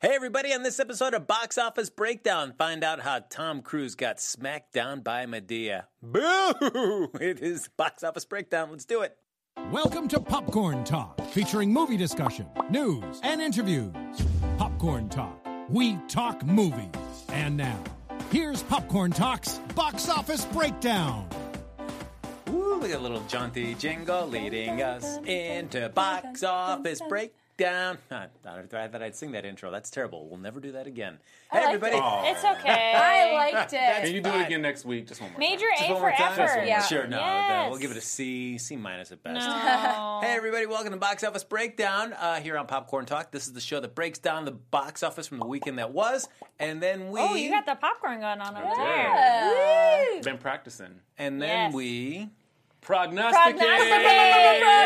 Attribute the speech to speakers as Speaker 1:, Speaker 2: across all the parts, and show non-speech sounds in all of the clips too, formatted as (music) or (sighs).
Speaker 1: Hey, everybody, on this episode of Box Office Breakdown, find out how Tom Cruise got smacked down by Medea. Boo! (laughs) It is Box Office Breakdown. Let's do it.
Speaker 2: Welcome to Popcorn Talk, featuring movie discussion, news, and interviews. Popcorn Talk, we talk movies. And now, here's Popcorn Talk's box office breakdown.
Speaker 1: Ooh, look at a little jaunty jingle leading us into Box Office Breakdown. (laughs) I thought I thought I'd sing that intro. That's terrible. We'll never do that again. Hey,
Speaker 3: liked
Speaker 1: everybody.
Speaker 3: it. It's okay. I
Speaker 4: liked it.
Speaker 5: Can you do
Speaker 1: fine.
Speaker 5: it again next week? Just one more.
Speaker 3: Major
Speaker 5: Time.
Speaker 3: A
Speaker 1: One
Speaker 3: for
Speaker 1: more time?
Speaker 3: effort.
Speaker 4: Yeah.
Speaker 1: Sure, no.
Speaker 3: Yes.
Speaker 1: We'll give it a C, C minus at best.
Speaker 3: No.
Speaker 1: Hey, everybody, welcome to Box Office Breakdown uh, here on Popcorn Talk. This is the show that breaks down the box office from the weekend that was, and then we.
Speaker 3: Oh, you got the popcorn gun on over there.
Speaker 4: Yeah.
Speaker 5: Been practicing.
Speaker 1: And then
Speaker 3: Yes.
Speaker 1: we.
Speaker 5: Prognosticate.
Speaker 3: There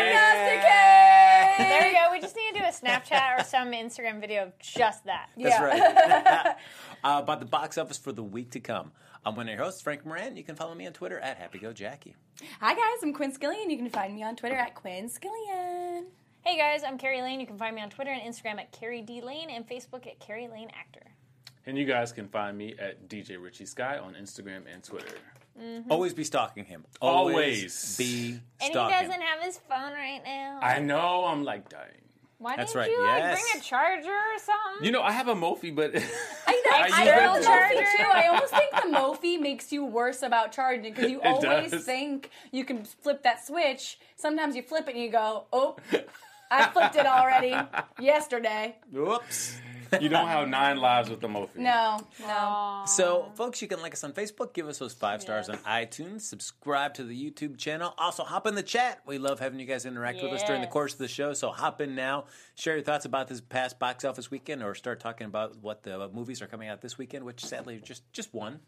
Speaker 3: you go. We just need to do a Snapchat or some Instagram video of just that.
Speaker 1: That's right. uh, about the box office for the week to come. I'm one of your hosts, Frank Moran. You can follow me on Twitter at HappyGoJackie.
Speaker 4: Hi guys, I'm Quinn Skillian. You can find me on Twitter at Quinn Skillian.
Speaker 3: Hey guys, I'm Carrie Lane. You can find me on Twitter and Instagram at Carrie D Lane and Facebook at Carrie Lane Actor.
Speaker 5: And you guys can find me at DJ Richie Sky on Instagram and Twitter.
Speaker 1: Always be stalking him.
Speaker 5: Mm-hmm. Always.
Speaker 1: be
Speaker 3: And
Speaker 1: stalking.
Speaker 3: he doesn't have his phone right now.
Speaker 5: I know I'm like dying.
Speaker 3: Why
Speaker 1: That's
Speaker 3: didn't
Speaker 1: right,
Speaker 3: you like,
Speaker 1: yes.
Speaker 3: bring a charger or something?
Speaker 5: You know I have a Mophie, but (laughs)
Speaker 4: I,
Speaker 5: I
Speaker 4: I, I,
Speaker 5: use
Speaker 4: I
Speaker 5: it.
Speaker 4: too. I almost think the Mophie makes you worse about charging
Speaker 5: (laughs)
Speaker 4: because you
Speaker 5: It
Speaker 4: always
Speaker 5: does.
Speaker 4: think you can flip that switch. Sometimes you flip it and you go, oh, I flipped it already
Speaker 5: (laughs)
Speaker 4: yesterday.
Speaker 1: Whoops.
Speaker 5: you don't have nine lives with the Mophie.
Speaker 4: No, no.
Speaker 1: So, folks, you can like us on Facebook, give us those five stars on iTunes, subscribe to the YouTube channel. Also, hop in the chat. We love having you guys interact with us during the
Speaker 3: Yes.
Speaker 1: course of the show. So, hop in now, share your thoughts about this past box office weekend, or start talking about what the movies are coming out this weekend, which sadly just just one,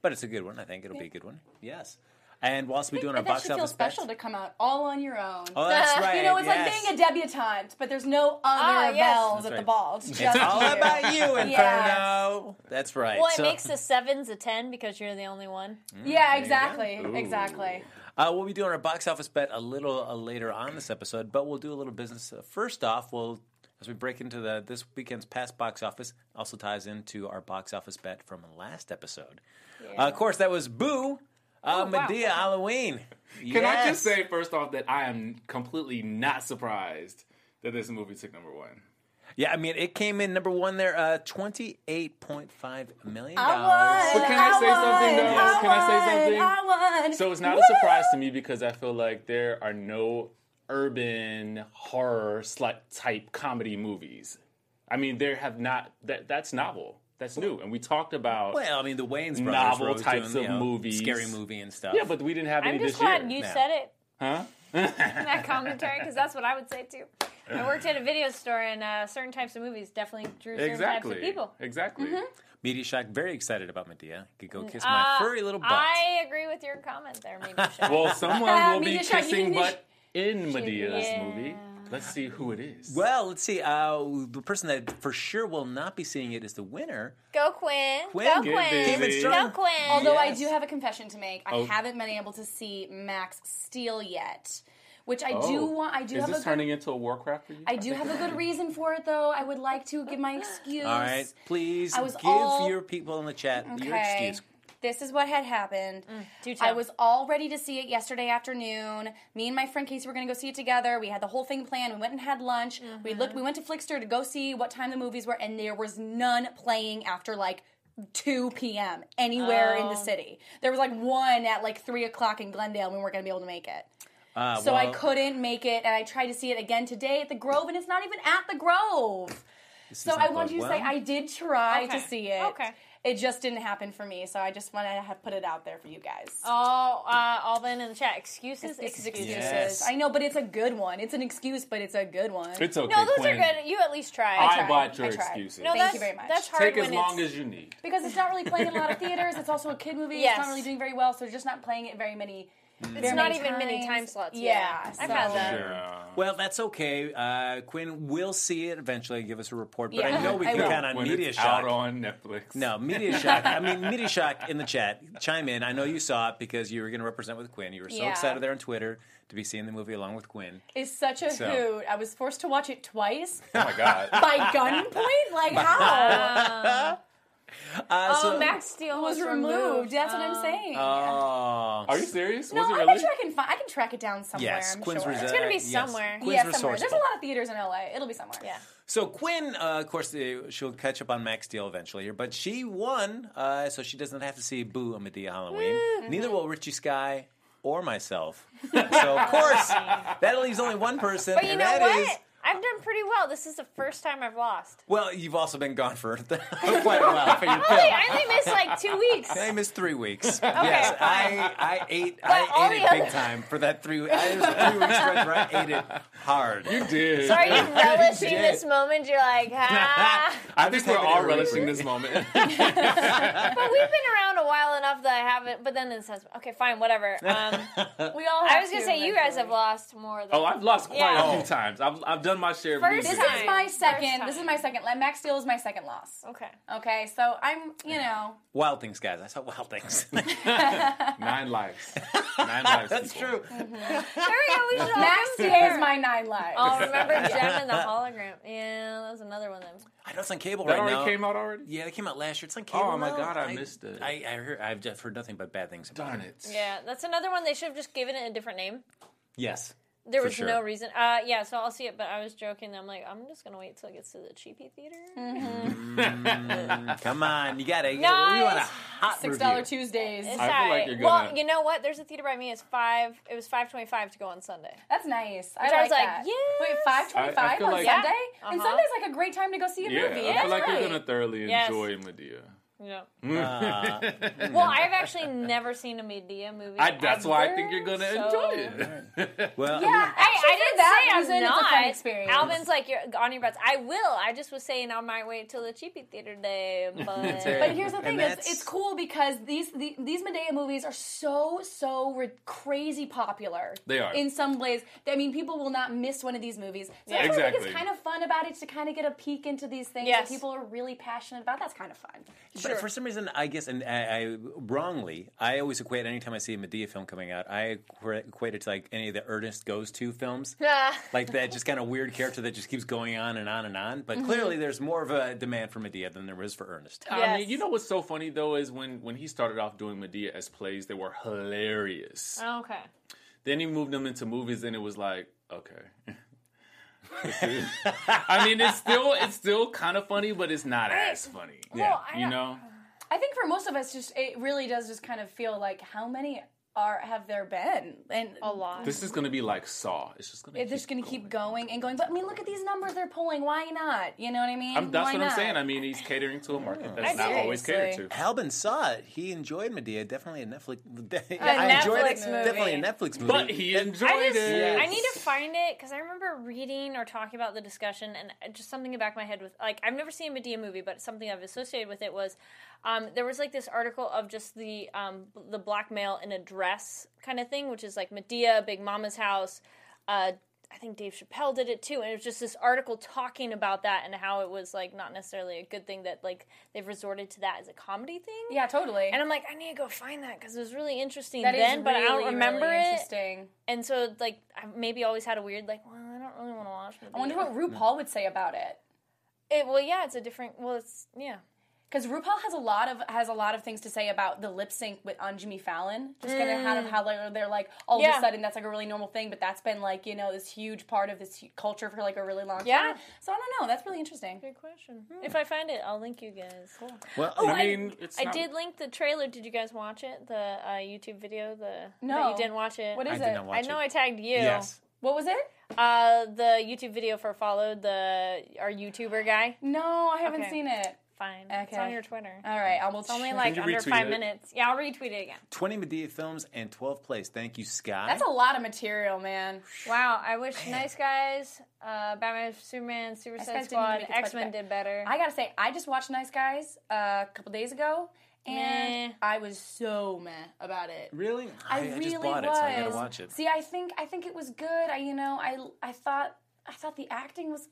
Speaker 1: but it's a good one. I think it'll be a good one. Yes. And whilst we doing our
Speaker 4: But that
Speaker 1: box
Speaker 4: should feel
Speaker 1: office bets-
Speaker 4: special to come out all on your own.
Speaker 1: oh, that's right.
Speaker 4: (laughs) you know, it's
Speaker 1: yes.
Speaker 4: like being a debutante, but there's no
Speaker 3: Ah,
Speaker 4: other
Speaker 3: yes.
Speaker 4: bells
Speaker 1: That's
Speaker 4: at
Speaker 1: right.
Speaker 4: the ball. It's just
Speaker 1: It's all
Speaker 4: you.
Speaker 1: about
Speaker 4: (laughs)
Speaker 1: you, Inferno. That's right.
Speaker 3: well, it
Speaker 1: So-
Speaker 3: makes the sevens a ten because you're the only one.
Speaker 4: Yeah, exactly,
Speaker 5: Ooh.
Speaker 4: exactly.
Speaker 1: Uh, we'll be doing our box office bet a little uh, later on this episode, but we'll do a little business. Uh, First off, we'll as we break into the this weekend's past box office, also ties into our box office bet from last episode. Uh, of course, that was Boo, uh, Medea Halloween.
Speaker 5: Oh, (laughs) Can I
Speaker 1: Yes.
Speaker 5: just say first off that I am completely not surprised that this movie took number one.
Speaker 1: Yeah, I mean, it came in number one there, uh, twenty eight point five million
Speaker 4: I
Speaker 1: dollars.
Speaker 4: won.
Speaker 5: But can I say something,
Speaker 4: won,
Speaker 5: though?
Speaker 4: I
Speaker 5: Can I say
Speaker 4: won,
Speaker 5: something?
Speaker 4: I won.
Speaker 5: So it's not
Speaker 4: Woo!
Speaker 5: a surprise to me because I feel like there are no urban horror slut type comedy movies. I mean, there have not that that's novel. That's new. And we talked about
Speaker 1: Well, I mean, the Wayne's brothers
Speaker 5: Novel
Speaker 1: were always
Speaker 5: types
Speaker 1: doing, you
Speaker 5: of
Speaker 1: know,
Speaker 5: movies.
Speaker 1: scary movie and stuff.
Speaker 5: Yeah, but we didn't have any
Speaker 3: I'm just
Speaker 5: this year.
Speaker 3: glad you
Speaker 1: now.
Speaker 3: said it.
Speaker 5: Huh?
Speaker 3: (laughs) in that commentary because that's what I would say too. I worked at a video store, and uh, certain types of movies definitely drew certain
Speaker 5: Exactly.
Speaker 3: types of people.
Speaker 5: Exactly.
Speaker 1: Media Shock very excited about Medea. Could go kiss my
Speaker 3: Uh,
Speaker 1: furry little butt.
Speaker 3: I agree with your comment there,
Speaker 5: (laughs)
Speaker 3: maybe.
Speaker 5: Well, someone will be
Speaker 4: Media Shark, you
Speaker 5: kissing
Speaker 4: didn't-
Speaker 5: butt in Medea's
Speaker 3: Yeah.
Speaker 5: movie. Let's see who it is.
Speaker 1: Well, let's see. Uh, the person that for sure will not be seeing it is the winner.
Speaker 3: Go Quinn.
Speaker 1: Quinn,
Speaker 3: Go
Speaker 1: get
Speaker 3: Quinn.
Speaker 5: busy.
Speaker 3: Go Quinn.
Speaker 4: Although I
Speaker 1: Yes.
Speaker 4: do have a confession to make, I
Speaker 5: Oh.
Speaker 4: haven't been able to see Max Steel yet, which I
Speaker 5: Oh.
Speaker 4: do want. I do
Speaker 5: Is
Speaker 4: have
Speaker 5: this
Speaker 4: a
Speaker 5: turning
Speaker 4: good,
Speaker 5: into a Warcraft for you?
Speaker 4: I do have a good reason for it, though. I would like to give my
Speaker 1: (gasps)
Speaker 4: excuse.
Speaker 1: All right, please
Speaker 4: I was
Speaker 1: give
Speaker 4: all-
Speaker 1: your people in the chat your
Speaker 4: Okay.
Speaker 1: excuse.
Speaker 4: This is what had happened.
Speaker 3: Mm, do tell.
Speaker 4: I was all ready to see it yesterday afternoon. Me and my friend Casey were going to go see it together. We had the whole thing planned. We went and had lunch. We
Speaker 3: Mm-hmm.
Speaker 4: looked. We went to Flickster to go see what time the movies were, and there was none playing after like. 2 p.m. anywhere in the
Speaker 3: Oh.
Speaker 4: city. There was like one at like 3 o'clock in Glendale, and we weren't going to be able to make it.
Speaker 1: Uh,
Speaker 4: So I
Speaker 1: well,
Speaker 4: couldn't make it, and I tried to see it again today at the Grove, and it's not even at the Grove.
Speaker 1: this
Speaker 4: So
Speaker 1: is
Speaker 4: I
Speaker 1: not
Speaker 4: want you to
Speaker 1: going
Speaker 4: say
Speaker 1: well.
Speaker 4: I did try
Speaker 3: Okay.
Speaker 4: to see it.
Speaker 3: Okay.
Speaker 4: It just didn't happen for me, so I just want to put it out there for you guys.
Speaker 3: all uh, Alvin in the chat. Excuses.
Speaker 4: It's
Speaker 3: Excuses.
Speaker 1: Yes.
Speaker 4: I know, but it's a good one. It's an excuse, but it's a good one.
Speaker 5: It's okay.
Speaker 3: No, those
Speaker 5: Quinn.
Speaker 3: are good. You at least try.
Speaker 5: I,
Speaker 4: tried.
Speaker 5: bought your
Speaker 4: I tried.
Speaker 5: excuses.
Speaker 3: No,
Speaker 4: Thank
Speaker 3: that's,
Speaker 4: you very much.
Speaker 3: That's hard
Speaker 5: Take
Speaker 3: when
Speaker 5: as long
Speaker 3: it's,
Speaker 5: as you need.
Speaker 4: because it's not really playing in a lot of theaters. It's also a kid movie. It's
Speaker 3: Yes.
Speaker 4: not really doing very well, so they're just not playing it very many
Speaker 3: It's not even many time slots. Yeah,
Speaker 4: Yeah,
Speaker 3: I've had
Speaker 4: so-
Speaker 3: that.
Speaker 1: Well, that's okay. Uh, Quinn will see it eventually and give us a report, but I
Speaker 4: Yeah.
Speaker 1: know we
Speaker 4: I
Speaker 1: can
Speaker 4: will.
Speaker 1: count on
Speaker 5: when
Speaker 1: Media
Speaker 5: it's
Speaker 1: Shock.
Speaker 5: out on Netflix.
Speaker 1: no,
Speaker 5: (laughs)
Speaker 1: Media Shock. I mean, Media Shock in the chat. Chime in. I know you saw it because you were going to represent with Quinn. You were so
Speaker 4: Yeah.
Speaker 1: excited there on Twitter to be seeing the movie along with Quinn.
Speaker 4: Is such a
Speaker 1: So-
Speaker 4: hoot. I was forced to watch it twice
Speaker 5: Oh my god.
Speaker 4: by gunpoint. Like how
Speaker 1: Uh,
Speaker 3: Oh,
Speaker 1: so-
Speaker 3: Max Steel
Speaker 4: It was removed? That's what I'm saying.
Speaker 1: Oh.
Speaker 5: Are you serious?
Speaker 4: no,
Speaker 5: Was it
Speaker 4: I
Speaker 5: really?
Speaker 4: bet you I can find. I can track it down somewhere.
Speaker 1: Yes,
Speaker 4: I'm
Speaker 1: Quinn's
Speaker 4: sure.
Speaker 1: resi-
Speaker 3: gonna be
Speaker 1: yes,
Speaker 3: somewhere.
Speaker 1: Quinn's
Speaker 4: Yeah, somewhere. There's a
Speaker 1: resourceful.
Speaker 4: lot of theaters in LA. It'll be somewhere.
Speaker 3: Yeah.
Speaker 1: So Quinn, uh, of course, uh, she'll catch up on Max Steel eventually here, but she won, uh, so she doesn't have to see Boo on Medea Halloween.
Speaker 3: Mm-hmm.
Speaker 1: Neither will Richie Sky or myself. so of course, that leaves only one person,
Speaker 3: But you
Speaker 1: and
Speaker 3: know
Speaker 1: that
Speaker 3: what?
Speaker 1: is-
Speaker 3: I've done pretty well. This is the first time I've lost.
Speaker 1: well, you've also been gone for (laughs) quite a while for your
Speaker 3: Wait,
Speaker 1: pill.
Speaker 3: I only missed like two weeks.
Speaker 1: I missed three
Speaker 3: (laughs)
Speaker 1: weeks. yes, I, I ate
Speaker 3: all
Speaker 1: I ate
Speaker 3: the
Speaker 1: it big
Speaker 3: other-
Speaker 1: time for that three. I was a three week stretch where I ate it hard.
Speaker 5: You did. (laughs)
Speaker 3: Are you relishing this moment? You're like,
Speaker 4: (laughs)
Speaker 3: ah.
Speaker 5: I think
Speaker 1: I'm
Speaker 5: we're
Speaker 1: just
Speaker 5: all
Speaker 1: having it
Speaker 5: relishing
Speaker 1: really
Speaker 5: this moment.
Speaker 3: But we've been around a while enough that I haven't. But then it says, okay, fine,
Speaker 5: (laughs)
Speaker 3: whatever. Um,
Speaker 4: We all. Have
Speaker 3: I was gonna
Speaker 4: to
Speaker 3: say you guys
Speaker 4: eventually.
Speaker 3: have lost more than.
Speaker 5: oh, I've lost quite
Speaker 3: Yeah.
Speaker 5: a few times. I've, I've done my share of
Speaker 3: First
Speaker 5: losing.
Speaker 4: This
Speaker 3: time.
Speaker 4: is my
Speaker 3: First
Speaker 4: second. This
Speaker 3: time.
Speaker 4: is my second. like, Max Steel is my second loss. (laughs)
Speaker 3: Okay.
Speaker 4: Okay, so I'm. You know.
Speaker 3: (laughs)
Speaker 1: Wild things, guys. I saw wild things.
Speaker 5: (laughs)
Speaker 1: (laughs)
Speaker 5: Nine lives. Nine lives.
Speaker 1: That's
Speaker 5: people.
Speaker 1: true.
Speaker 3: There we go. We should
Speaker 4: (laughs)
Speaker 3: all
Speaker 4: Max Steel
Speaker 3: compare.
Speaker 4: is my nine lives.
Speaker 3: Oh, remember Gem and the hologram? Yeah, that was another one. Then
Speaker 1: I know it's on cable
Speaker 5: That
Speaker 1: right
Speaker 5: already
Speaker 1: now.
Speaker 5: came out already?
Speaker 1: Yeah, it came out last year. It's on cable.
Speaker 5: Oh my
Speaker 1: now.
Speaker 5: God, I missed it.
Speaker 1: I, I heard, I've just heard nothing but bad things about
Speaker 5: Darn
Speaker 1: it.
Speaker 5: it.
Speaker 3: yeah, that's another one. They should have just given it a different name.
Speaker 1: Yes.
Speaker 3: There
Speaker 1: For
Speaker 3: was
Speaker 1: sure.
Speaker 3: no reason. Uh, yeah, so I'll see it. But I was joking. I'm like, I'm just gonna wait till it gets to the cheapy theater.
Speaker 4: Mm-hmm.
Speaker 1: Come on, you gotta. You
Speaker 3: Nice.
Speaker 1: We want a hot
Speaker 4: Six dollar
Speaker 1: review.
Speaker 4: Tuesdays.
Speaker 3: It's
Speaker 5: I feel
Speaker 3: all
Speaker 5: like
Speaker 3: right.
Speaker 5: you're
Speaker 3: Well,
Speaker 5: gonna-
Speaker 3: you know what? There's a theater by me. It's five. It was five twenty-five to go on Sunday.
Speaker 4: That's nice. I, like
Speaker 3: Which I was like,
Speaker 4: that.
Speaker 3: yes.
Speaker 4: Wait, five
Speaker 5: I- I
Speaker 4: twenty-five
Speaker 5: feel
Speaker 4: on
Speaker 5: like-
Speaker 4: Sunday,
Speaker 3: Yeah.
Speaker 4: and
Speaker 3: Uh-huh.
Speaker 4: Sunday's like a great time to go see a
Speaker 5: Yeah,
Speaker 4: movie.
Speaker 5: I feel like
Speaker 3: right.
Speaker 5: you're gonna thoroughly
Speaker 3: Yes.
Speaker 5: enjoy Medea.
Speaker 3: Yeah. (laughs) well, I've actually never seen a Medea movie.
Speaker 5: Uh, I, that's why I
Speaker 3: ever,
Speaker 5: think you're gonna
Speaker 3: so-
Speaker 5: enjoy it.
Speaker 1: Well,
Speaker 4: yeah, actually,
Speaker 3: Hey, I
Speaker 4: for
Speaker 3: didn't
Speaker 4: that
Speaker 3: say
Speaker 4: reason,
Speaker 3: I'm
Speaker 4: it's
Speaker 3: not.
Speaker 4: a fun experience.
Speaker 3: Alvin's like you're on your breath. I will. I just was saying I might wait till the cheapy theater
Speaker 5: (laughs)
Speaker 3: day, but
Speaker 4: But here's the
Speaker 1: And
Speaker 4: thing: it's,
Speaker 1: that's-
Speaker 4: it's cool because these the, these Medea movies are so so re- crazy popular.
Speaker 5: They are.
Speaker 4: in some ways. I mean, people will not miss one of these movies. So that's why I think
Speaker 5: Exactly.
Speaker 4: it's kind of fun about it to kind of get a peek into these things that
Speaker 3: Yes.
Speaker 4: people are really passionate about. That's kind of fun.
Speaker 1: But for some reason, I guess, and I, I wrongly, I always equate anytime I see a Medea film coming out, I equ- equate it to like any of the Ernest Goes To films. like that just kind of weird character that just keeps going on and on and on. But clearly, there's more of a demand for Medea than there is for Ernest.
Speaker 5: I
Speaker 3: Yes.
Speaker 5: mean, you know what's so funny though is when when he started off doing Medea as plays, they were hilarious.
Speaker 3: okay.
Speaker 5: Then he moved them into movies, and it was like, okay. (laughs) This is- I mean, it's still it's still kind of funny, but it's not as funny.
Speaker 1: Yeah.
Speaker 3: I
Speaker 5: You
Speaker 3: don't-
Speaker 5: know,
Speaker 4: I think for most of us, just it really does just kind of feel like how many are have there been and
Speaker 3: a lot.
Speaker 5: this is gonna be like Saw. It's just gonna.
Speaker 4: They're just going to keep going and going. But I mean, look at these numbers they're pulling. Why not? You know what I mean?
Speaker 5: I'm, that's
Speaker 4: Why
Speaker 5: what I'm
Speaker 4: not?
Speaker 5: saying. I mean, he's catering to a market that's not always
Speaker 4: Seriously.
Speaker 5: catered to.
Speaker 1: Albin saw it. He enjoyed Medea. Definitely a Netflix. (laughs)
Speaker 3: Netflix movie.
Speaker 1: Definitely a Netflix movie.
Speaker 5: But he enjoyed
Speaker 3: I just
Speaker 5: it.
Speaker 3: I need to find it because I remember reading or talking about the discussion and just something in the back of my head with like I've never seen a Medea movie, but something I've associated with it was um, there was like this article of just the um, the black male in a dress kind of thing, which is like Medea, Big Mama's house. Uh, I think Dave Chappelle did it too, and it was just this article talking about that and how it was like not necessarily a good thing that like they've resorted to that as a comedy thing.
Speaker 4: Yeah, totally.
Speaker 3: And I'm like, I need to go find that because it was really interesting
Speaker 4: That is
Speaker 3: then, but I don't
Speaker 4: really,
Speaker 3: remember
Speaker 4: really
Speaker 3: it
Speaker 4: Interesting.
Speaker 3: and so like I maybe always had a weird like well I don't really want to watch.
Speaker 4: I wonder what RuPaul would say about it.
Speaker 3: It, well, yeah, it's a different. Well, it's yeah.
Speaker 4: because RuPaul has a lot of has a lot of things to say about the lip sync with on Jimmy Fallon. Just kind of how, how like, they're like all of
Speaker 3: Yeah.
Speaker 4: a sudden that's like a really normal thing, but that's been like you know this huge part of this hu- culture for like a really long
Speaker 3: Yeah.
Speaker 4: time. So I don't know. That's really interesting.
Speaker 3: Good question. If I find it, I'll link you guys. Cool.
Speaker 1: well,
Speaker 5: I mean, it's
Speaker 3: I
Speaker 5: not-
Speaker 3: did link the trailer. Did you guys watch it? The uh, YouTube video. The that
Speaker 4: No.
Speaker 3: you didn't watch it.
Speaker 4: What
Speaker 1: I
Speaker 4: is
Speaker 1: did
Speaker 4: it?
Speaker 1: not
Speaker 3: I
Speaker 1: watch
Speaker 3: know
Speaker 1: it.
Speaker 3: I tagged you.
Speaker 1: Yes.
Speaker 4: What was it?
Speaker 3: Uh, the YouTube video for followed the our YouTuber guy.
Speaker 4: No, I haven't
Speaker 3: Okay.
Speaker 4: seen it.
Speaker 3: Fine. It's
Speaker 4: Okay.
Speaker 3: on your Twitter.
Speaker 4: All right, I will.
Speaker 3: It's only
Speaker 4: check.
Speaker 3: like
Speaker 5: you
Speaker 3: under
Speaker 5: retweet
Speaker 3: five
Speaker 5: it?
Speaker 3: minutes. Yeah, I'll retweet it again.
Speaker 1: 20 Medea films and 12 plays. Thank you, Sky.
Speaker 4: that's a lot of material, man.
Speaker 3: Wow, I wish Nice Guys, uh, Batman, Superman,
Speaker 4: Guys
Speaker 3: Suicide
Speaker 4: didn't even
Speaker 3: Squad,
Speaker 4: make it to
Speaker 3: X Men
Speaker 4: Budget.
Speaker 3: did better.
Speaker 4: I gotta say, I just watched Nice Guys uh, a couple days ago, and
Speaker 3: Meh.
Speaker 4: I was so meh about it.
Speaker 1: Really?
Speaker 4: I,
Speaker 1: I
Speaker 4: really
Speaker 1: just bought
Speaker 4: was.
Speaker 1: it, so I gotta watch it.
Speaker 4: See, I think I think it was good. I you know I I thought I thought the acting was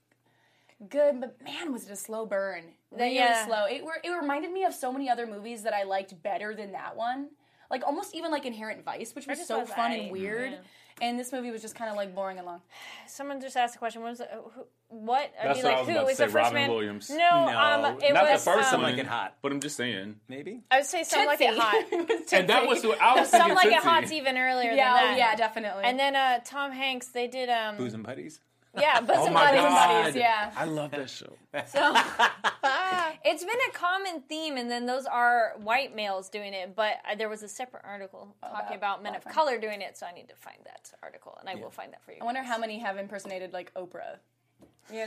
Speaker 4: good, but man, was it a slow burn? Really
Speaker 3: yeah.
Speaker 4: slow. It were, it reminded me of so many other movies that I liked better than that one. Like almost even like Inherent Vice, which was
Speaker 3: just
Speaker 4: so
Speaker 3: was
Speaker 4: fun
Speaker 3: aight.
Speaker 4: and weird. And this movie was just kind of like boring and long.
Speaker 3: Someone just asked a question. What? Was the, who, what? I
Speaker 5: That's
Speaker 3: mean,
Speaker 5: what
Speaker 3: like,
Speaker 5: I was
Speaker 3: who
Speaker 5: about to
Speaker 3: is
Speaker 5: say,
Speaker 3: the first
Speaker 5: Robin
Speaker 3: man?
Speaker 5: Williams.
Speaker 3: No,
Speaker 1: No,
Speaker 3: um, it
Speaker 5: Not
Speaker 3: was
Speaker 5: the first
Speaker 1: Some
Speaker 3: um,
Speaker 1: like
Speaker 5: one,
Speaker 1: it hot.
Speaker 5: but I'm just saying.
Speaker 1: Maybe?
Speaker 3: I would say some like it
Speaker 5: (laughs)
Speaker 4: (laughs) Tootsie.
Speaker 3: hot.
Speaker 5: And that was what I was
Speaker 3: Some
Speaker 5: thinking.
Speaker 3: like it
Speaker 5: Tootsie.
Speaker 3: hot's even earlier
Speaker 4: Yeah,
Speaker 3: than that.
Speaker 4: oh, yeah, definitely.
Speaker 3: And then uh, Tom Hanks, they did um,
Speaker 1: Booze and Putties?
Speaker 3: yeah, but
Speaker 5: Oh
Speaker 3: some
Speaker 5: my
Speaker 3: buddies.
Speaker 5: god!
Speaker 4: yeah.
Speaker 5: I love that show.
Speaker 4: so
Speaker 3: It's been a common theme, and then those are white males doing it. But uh, there was a separate article
Speaker 4: Oh,
Speaker 3: talking about men of color doing it, so I need to find that article, and I will find that for you.
Speaker 4: I wonder how many have impersonated like Oprah. You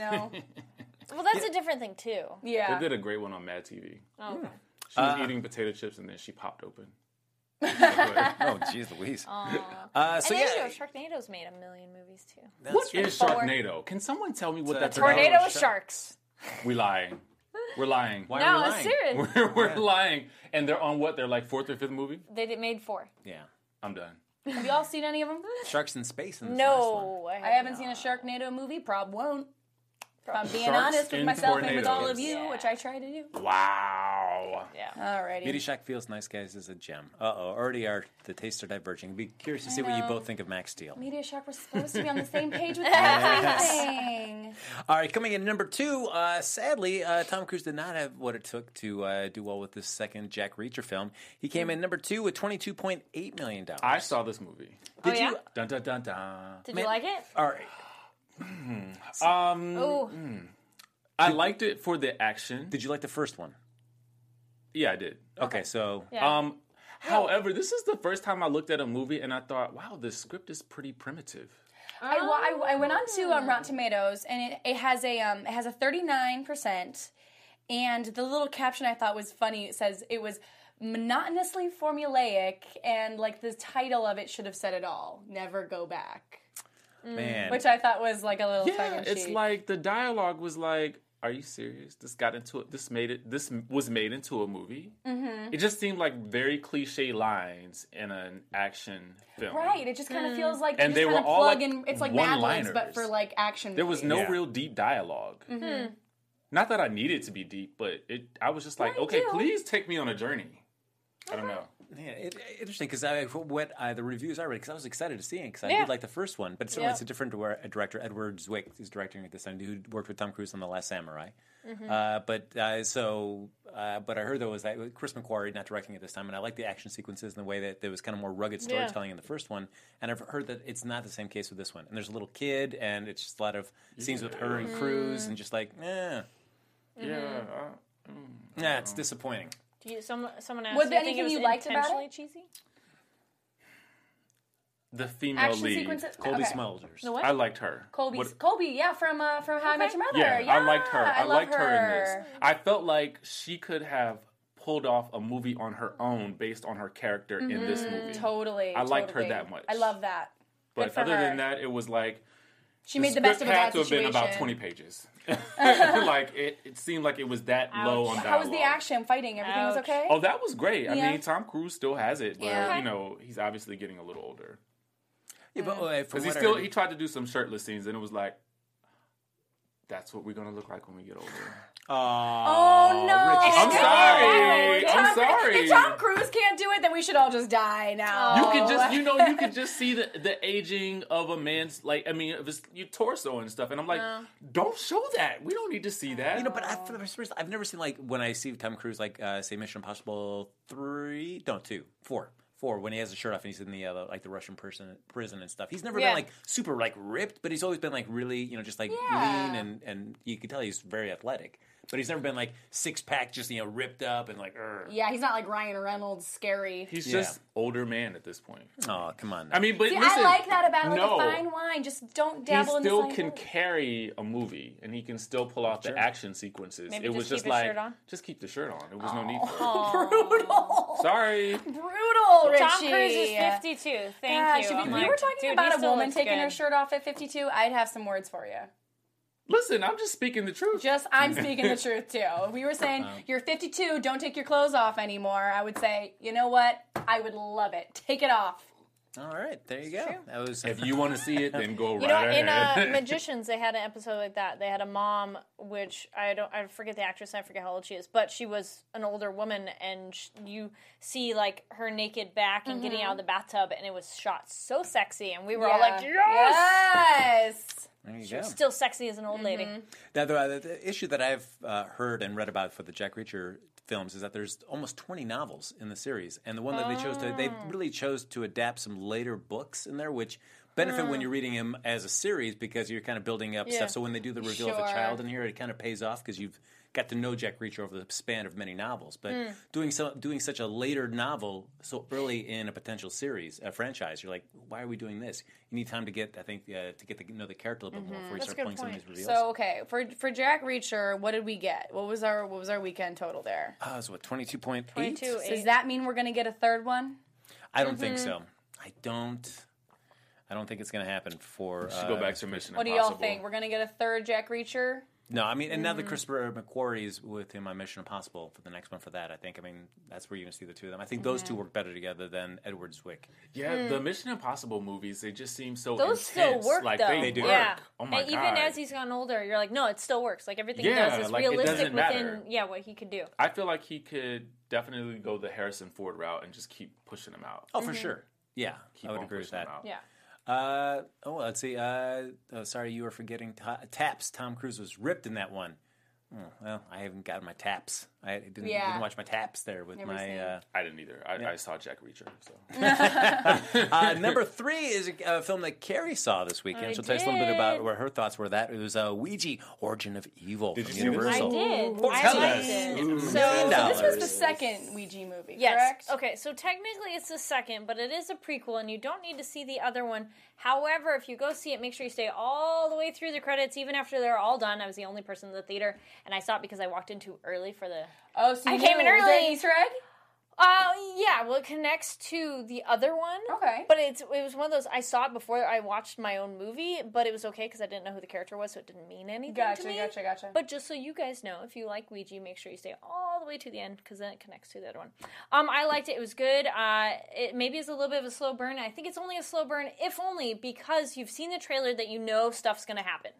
Speaker 1: (laughs)
Speaker 4: know?
Speaker 3: Well, that's a different thing too.
Speaker 4: Yeah.
Speaker 5: They did a great one on Mad TV.
Speaker 4: Hmm.
Speaker 3: Oh, okay.
Speaker 5: She was eating potato chips and then she popped open. Like,
Speaker 1: Oh, jeez Louise. Uh, so,
Speaker 3: and then, you
Speaker 1: yeah.
Speaker 3: know, Sharknado's made a million movies too.
Speaker 5: what is Sharknado? Can someone tell me what
Speaker 1: So
Speaker 5: that's
Speaker 1: a tornado
Speaker 3: Tornado
Speaker 5: about?
Speaker 1: with
Speaker 3: with sharks.
Speaker 5: We lying. We're lying. (laughs)
Speaker 1: Why
Speaker 3: No,
Speaker 1: are we
Speaker 3: it's
Speaker 1: lying?
Speaker 3: serious.
Speaker 5: We're, we're lying. And they're on what? They're like fourth or fifth movie?
Speaker 3: They did, made four.
Speaker 1: Yeah.
Speaker 5: I'm done.
Speaker 4: have you all seen any of (laughs) them?
Speaker 1: Sharks in Space in this last one.
Speaker 3: No,
Speaker 4: I haven't seen a Sharknado movie. Prob won't. If I'm being
Speaker 5: Sharks
Speaker 4: honest with
Speaker 5: and
Speaker 4: myself and with all
Speaker 5: tornadoes.
Speaker 4: of you,
Speaker 3: Yeah.
Speaker 4: which I try to do.
Speaker 5: Wow.
Speaker 3: Yeah.
Speaker 4: Alrighty.
Speaker 1: Beauty Shack feels nice, guys. Is a gem. Uh oh, already are the tastes are diverging. Be curious to see what you both think of Max Steel.
Speaker 4: Media Shark was supposed to be on the same page with everything.
Speaker 1: All right, coming in number two. Uh, sadly, uh, Tom Cruise did not have what it took to uh, do well with this second Jack Reacher film. He came in number two with twenty two point eight million dollars.
Speaker 5: I saw this movie.
Speaker 3: oh, yeah?
Speaker 5: Dun dun dun dun.
Speaker 3: Did
Speaker 1: Man-
Speaker 3: you like it?
Speaker 1: All right.
Speaker 3: Oh,
Speaker 5: I liked it for the action.
Speaker 1: Did you like the first one?
Speaker 5: Yeah, I did.
Speaker 1: Okay, so
Speaker 3: yeah.
Speaker 5: Um, however, this is the first time I looked at a movie and I thought, wow, the script is pretty primitive.
Speaker 4: I, wa- I, I went on to um, Rotten Tomatoes, and it, it has a um, it has a thirty nine percent, and the little caption I thought was funny. It says it was monotonously formulaic, and like the title of it should have said it all. Never go back,
Speaker 1: man,
Speaker 4: which I thought was like a little. tongue
Speaker 5: Yeah,
Speaker 4: in
Speaker 5: it's
Speaker 4: cheek.
Speaker 5: like the dialogue was like, "Are you serious? This got into it. This made it. This m- was made into a movie." Mm-hmm. It just seemed like very cliche lines in an action film.
Speaker 4: Right, it just kind of feels like
Speaker 5: And
Speaker 4: you
Speaker 5: they
Speaker 4: just
Speaker 5: were
Speaker 4: kind of
Speaker 5: all,
Speaker 4: plug
Speaker 5: like,
Speaker 4: in. It's like Mad Libs,
Speaker 5: one-liners.
Speaker 4: but for like action.
Speaker 5: There was no
Speaker 1: Yeah.
Speaker 5: real deep dialog
Speaker 4: Mm-hmm.
Speaker 5: Not that I needed to be deep, but it. I was just like,
Speaker 4: Well, I
Speaker 5: okay,
Speaker 4: do.
Speaker 5: please take me on a journey. I don't know.
Speaker 1: Yeah, it, interesting because I what I, the reviews I read because I was excited to see it because I
Speaker 3: Yeah.
Speaker 1: did like the first one, but certainly
Speaker 3: Yeah.
Speaker 1: it's a different dir- a director. Edward Zwick is directing it this time, who worked with Tom Cruise on The Last Samurai.
Speaker 3: Mm-hmm.
Speaker 1: Uh, but uh, so, uh, but I heard though was that Chris McQuarrie not directing it this time, and I like the action sequences and the way that there was kind of more rugged storytelling in the first one. And I've heard that it's not the same case with this one. And there's a little kid, and it's just a lot of scenes with her
Speaker 3: Mm-hmm.
Speaker 1: and Cruise, and just like, eh,
Speaker 5: Yeah.
Speaker 4: Mm-hmm.
Speaker 5: I-
Speaker 1: nah, it's disappointing.
Speaker 3: Do you, some, someone asked.
Speaker 4: Was
Speaker 3: do you
Speaker 4: there
Speaker 3: think it
Speaker 4: anything
Speaker 3: was
Speaker 4: you liked about it?
Speaker 3: intentionally cheesy?
Speaker 5: the female
Speaker 4: action
Speaker 5: lead,
Speaker 4: sequences.
Speaker 1: Colby
Speaker 4: okay.
Speaker 1: Smulders.
Speaker 4: what?
Speaker 5: I liked her.
Speaker 4: Colby,
Speaker 5: What-
Speaker 4: Colby, yeah, from uh, from How I Met Your Mother.
Speaker 5: Yeah, I liked her.
Speaker 4: Yeah,
Speaker 5: I,
Speaker 4: love
Speaker 5: liked her. in this. I felt like she could have pulled off a movie on her own based on her character in this movie.
Speaker 4: Mm-hmm. Totally,
Speaker 5: I liked her
Speaker 4: totally.
Speaker 5: that much.
Speaker 4: I love that.
Speaker 5: But
Speaker 4: Good for
Speaker 5: other
Speaker 4: her.
Speaker 5: than that, it was like
Speaker 4: She made the best of
Speaker 5: script
Speaker 4: a
Speaker 5: had
Speaker 4: bad
Speaker 5: to have
Speaker 4: situation.
Speaker 5: been about
Speaker 4: (laughs)
Speaker 5: twenty pages. (laughs) like it, it seemed like it was that low on
Speaker 3: Ouch.
Speaker 5: dialogue.
Speaker 4: How was the action? Fighting? Everything was
Speaker 3: Ouch.
Speaker 4: okay?
Speaker 5: Oh, that was great. I
Speaker 4: Yeah.
Speaker 5: mean, Tom Cruise still has it, but
Speaker 4: Yeah.
Speaker 5: you know he's obviously getting a little older.
Speaker 1: Yeah, but, uh, from
Speaker 5: Because he
Speaker 1: what I
Speaker 5: still
Speaker 1: read-
Speaker 5: he tried to do some shirtless scenes, and it was like, that's what we're gonna look like when we get older.
Speaker 4: Oh, no!
Speaker 5: I'm
Speaker 4: No.
Speaker 5: sorry.
Speaker 4: Tom
Speaker 5: I'm
Speaker 4: Cruise-
Speaker 5: sorry.
Speaker 4: If Tom Cruise can't do it, then we should all just die now.
Speaker 5: You could just, you know, you could just see the, the aging of a man's, like, I mean, of his your torso and stuff. And I'm like, don't show that. We don't need to see that.
Speaker 1: You know, but I, for the first reason, I've never seen like when I see Tom Cruise like uh, say Mission Impossible three, no two, four, four when he has a shirt off and he's in the uh, like the Russian person prison and stuff. He's never
Speaker 3: Yeah.
Speaker 1: been like super like ripped, but he's always been like really you know just like lean and and you can tell he's very athletic. But he's never been like six pack, just you know ripped up and like. Urgh.
Speaker 4: Yeah, he's not like Ryan Reynolds, scary.
Speaker 5: he's
Speaker 1: Yeah.
Speaker 5: just older man at this point.
Speaker 1: Oh come on! Now.
Speaker 5: I mean, but
Speaker 4: See,
Speaker 5: listen,
Speaker 4: I like that about like
Speaker 5: no,
Speaker 4: a fine wine. Just don't
Speaker 5: He
Speaker 4: dabble
Speaker 5: still
Speaker 4: in the
Speaker 5: can
Speaker 4: fine wine.
Speaker 5: carry a movie, and he can still pull off the action sequences.
Speaker 3: Maybe
Speaker 5: it
Speaker 3: just
Speaker 5: was just
Speaker 3: keep his
Speaker 5: like,
Speaker 3: shirt on.
Speaker 5: just keep the shirt on. It was no need for it.
Speaker 4: brutal,
Speaker 5: Sorry.
Speaker 4: brutal. Richie.
Speaker 3: Tom Cruise is 52. Thank
Speaker 4: Gosh,
Speaker 3: you.
Speaker 4: if
Speaker 3: I'm
Speaker 4: you,
Speaker 3: like,
Speaker 4: were talking
Speaker 3: dude, he
Speaker 4: about a
Speaker 3: still
Speaker 4: woman
Speaker 3: looks
Speaker 4: taking her
Speaker 3: good.
Speaker 4: shirt off at 52, I'd have some words for you.
Speaker 5: Listen, I'm just speaking the truth.
Speaker 4: Just I'm speaking
Speaker 3: (laughs)
Speaker 4: the truth too. If We were saying you're 52, don't take your clothes off anymore. I would say, you know what? I would love it. Take it off.
Speaker 1: All right, there you go. That was uh,
Speaker 5: if you want to see it, then go
Speaker 3: You know, (laughs)
Speaker 5: right
Speaker 3: in uh,
Speaker 4: (laughs)
Speaker 5: ahead.
Speaker 3: Magicians, they had an episode like that. They had a mom, which I don't, I forget the actress, I forget how old she is, but she was an older woman, and sh- you see like her naked back and getting out of the bathtub, and it was shot so sexy, and we were all like,
Speaker 4: Mm-hmm. Yeah.
Speaker 3: yes,
Speaker 4: Yes.
Speaker 1: there you go.
Speaker 3: still sexy as an old lady.
Speaker 4: Mm-hmm.
Speaker 1: Now, the, uh, the issue that I've uh, heard and read about for the Jack Reacher films is that there's almost 20 novels in the series, and the one that they chose to they
Speaker 3: Ah.
Speaker 1: really chose to adapt some later books in there, which benefit when you're reading them as a series because you're kind of building up
Speaker 3: Hmm. Yeah.
Speaker 1: stuff. So when they do the reveal of
Speaker 4: Sure.
Speaker 1: a child in here, it kind of pays off because you've got to know Jack Reacher over the span of many novels. But
Speaker 3: Hmm.
Speaker 1: doing so, doing such a later novel so early in a potential series, a franchise, you're like, why are we doing this? You need time to get, I think, uh, to get to know the character a little bit more before you
Speaker 3: Mm-hmm. That's a
Speaker 1: start playing
Speaker 3: good
Speaker 1: some of
Speaker 3: point.
Speaker 1: these reveals.
Speaker 4: So okay, for for Jack Reacher, what did we get? What was our what was our weekend total there?
Speaker 1: Oh, it's what twenty two point eight.
Speaker 3: 22,
Speaker 4: Does that mean we're gonna get a third one?
Speaker 1: I don't
Speaker 4: Mm-hmm.
Speaker 1: think so. I don't. I don't think it's going to happen for.
Speaker 5: Should
Speaker 1: uh,
Speaker 5: go back to Mission
Speaker 4: What do y'all
Speaker 5: Impossible.
Speaker 4: think? We're gonna get a third Jack Reacher?
Speaker 1: No, I mean, and
Speaker 4: Mm.
Speaker 1: now that Christopher McQuarrie is with him on Mission Impossible for the next one for that, I think. I mean, that's where you're going to see the two of them. I think those two work better together than Edward Zwick.
Speaker 5: Yeah, the Mission Impossible movies, they just seem so
Speaker 3: Hmm. Those still
Speaker 5: intense.
Speaker 3: work
Speaker 5: like,
Speaker 3: though.
Speaker 5: They,
Speaker 1: do.
Speaker 5: work.
Speaker 3: Yeah.
Speaker 5: Oh my
Speaker 3: and
Speaker 5: god.
Speaker 3: even as he's gotten older, you're like, no, it still works. Like everything he
Speaker 5: Yeah,
Speaker 3: does is
Speaker 5: like, it
Speaker 3: realistic
Speaker 5: doesn't
Speaker 3: within
Speaker 5: matter.
Speaker 3: yeah what he could do.
Speaker 5: I feel like he could definitely go the Harrison Ford route and just keep pushing him out.
Speaker 1: Oh,
Speaker 4: Mm-hmm.
Speaker 1: for sure. Yeah, I would
Speaker 5: on
Speaker 1: agree with
Speaker 5: pushing
Speaker 1: that.
Speaker 5: him out.
Speaker 4: Yeah.
Speaker 1: Uh, oh, let's see. Uh, oh, sorry, you were forgetting ta- taps. Tom Cruise was ripped in that one. Hmm, well, I haven't gotten my taps. I didn't,
Speaker 4: Yeah.
Speaker 1: didn't watch my taps there with
Speaker 4: Never
Speaker 1: my.
Speaker 4: seen.
Speaker 1: Uh,
Speaker 5: I didn't either. I, I saw Jack Reacher.
Speaker 3: (laughs)
Speaker 5: So.
Speaker 1: (laughs) Uh, number three is a, a film that Carrie saw this weekend.
Speaker 3: I
Speaker 1: She'll tell us a little bit about
Speaker 3: did.
Speaker 1: where her thoughts were. That it was uh, Ouija: Origin of Evil
Speaker 5: Did
Speaker 1: from
Speaker 5: you see this?
Speaker 1: Universal.
Speaker 3: I did.
Speaker 1: Well,
Speaker 3: I
Speaker 1: tell
Speaker 3: liked
Speaker 1: us.
Speaker 3: it.
Speaker 1: Ooh.
Speaker 3: So,
Speaker 1: Million
Speaker 3: so
Speaker 4: This was the
Speaker 1: dollars.
Speaker 4: second Ouija movie,
Speaker 3: Yes.
Speaker 4: correct?
Speaker 3: Okay, so technically it's the second, but it is a prequel, and you don't need to see the other one. However, if you go see it, make sure you stay all the way through the credits, even after they're all done. I was the only person in the theater, and I saw it because I walked in too early for the.
Speaker 4: Oh, so
Speaker 3: I
Speaker 4: you
Speaker 3: came in
Speaker 4: knew. Was there an
Speaker 3: early.
Speaker 4: Easter egg?
Speaker 3: Uh, yeah, well, it connects to the other one.
Speaker 4: Okay.
Speaker 3: But it's it was one of those I saw it before I watched my own movie, but it was okay because I didn't know who the character was, so it didn't mean anything.
Speaker 4: Gotcha,
Speaker 3: to me.
Speaker 4: gotcha, gotcha.
Speaker 3: But just so you guys know, if you like Ouija, make sure you stay all the way to the end because then it connects to the other one. Um, I liked it. It was good. Uh, it maybe is a little bit of a slow burn. I think it's only a slow burn, if only because you've seen the trailer that you know stuff's gonna happen.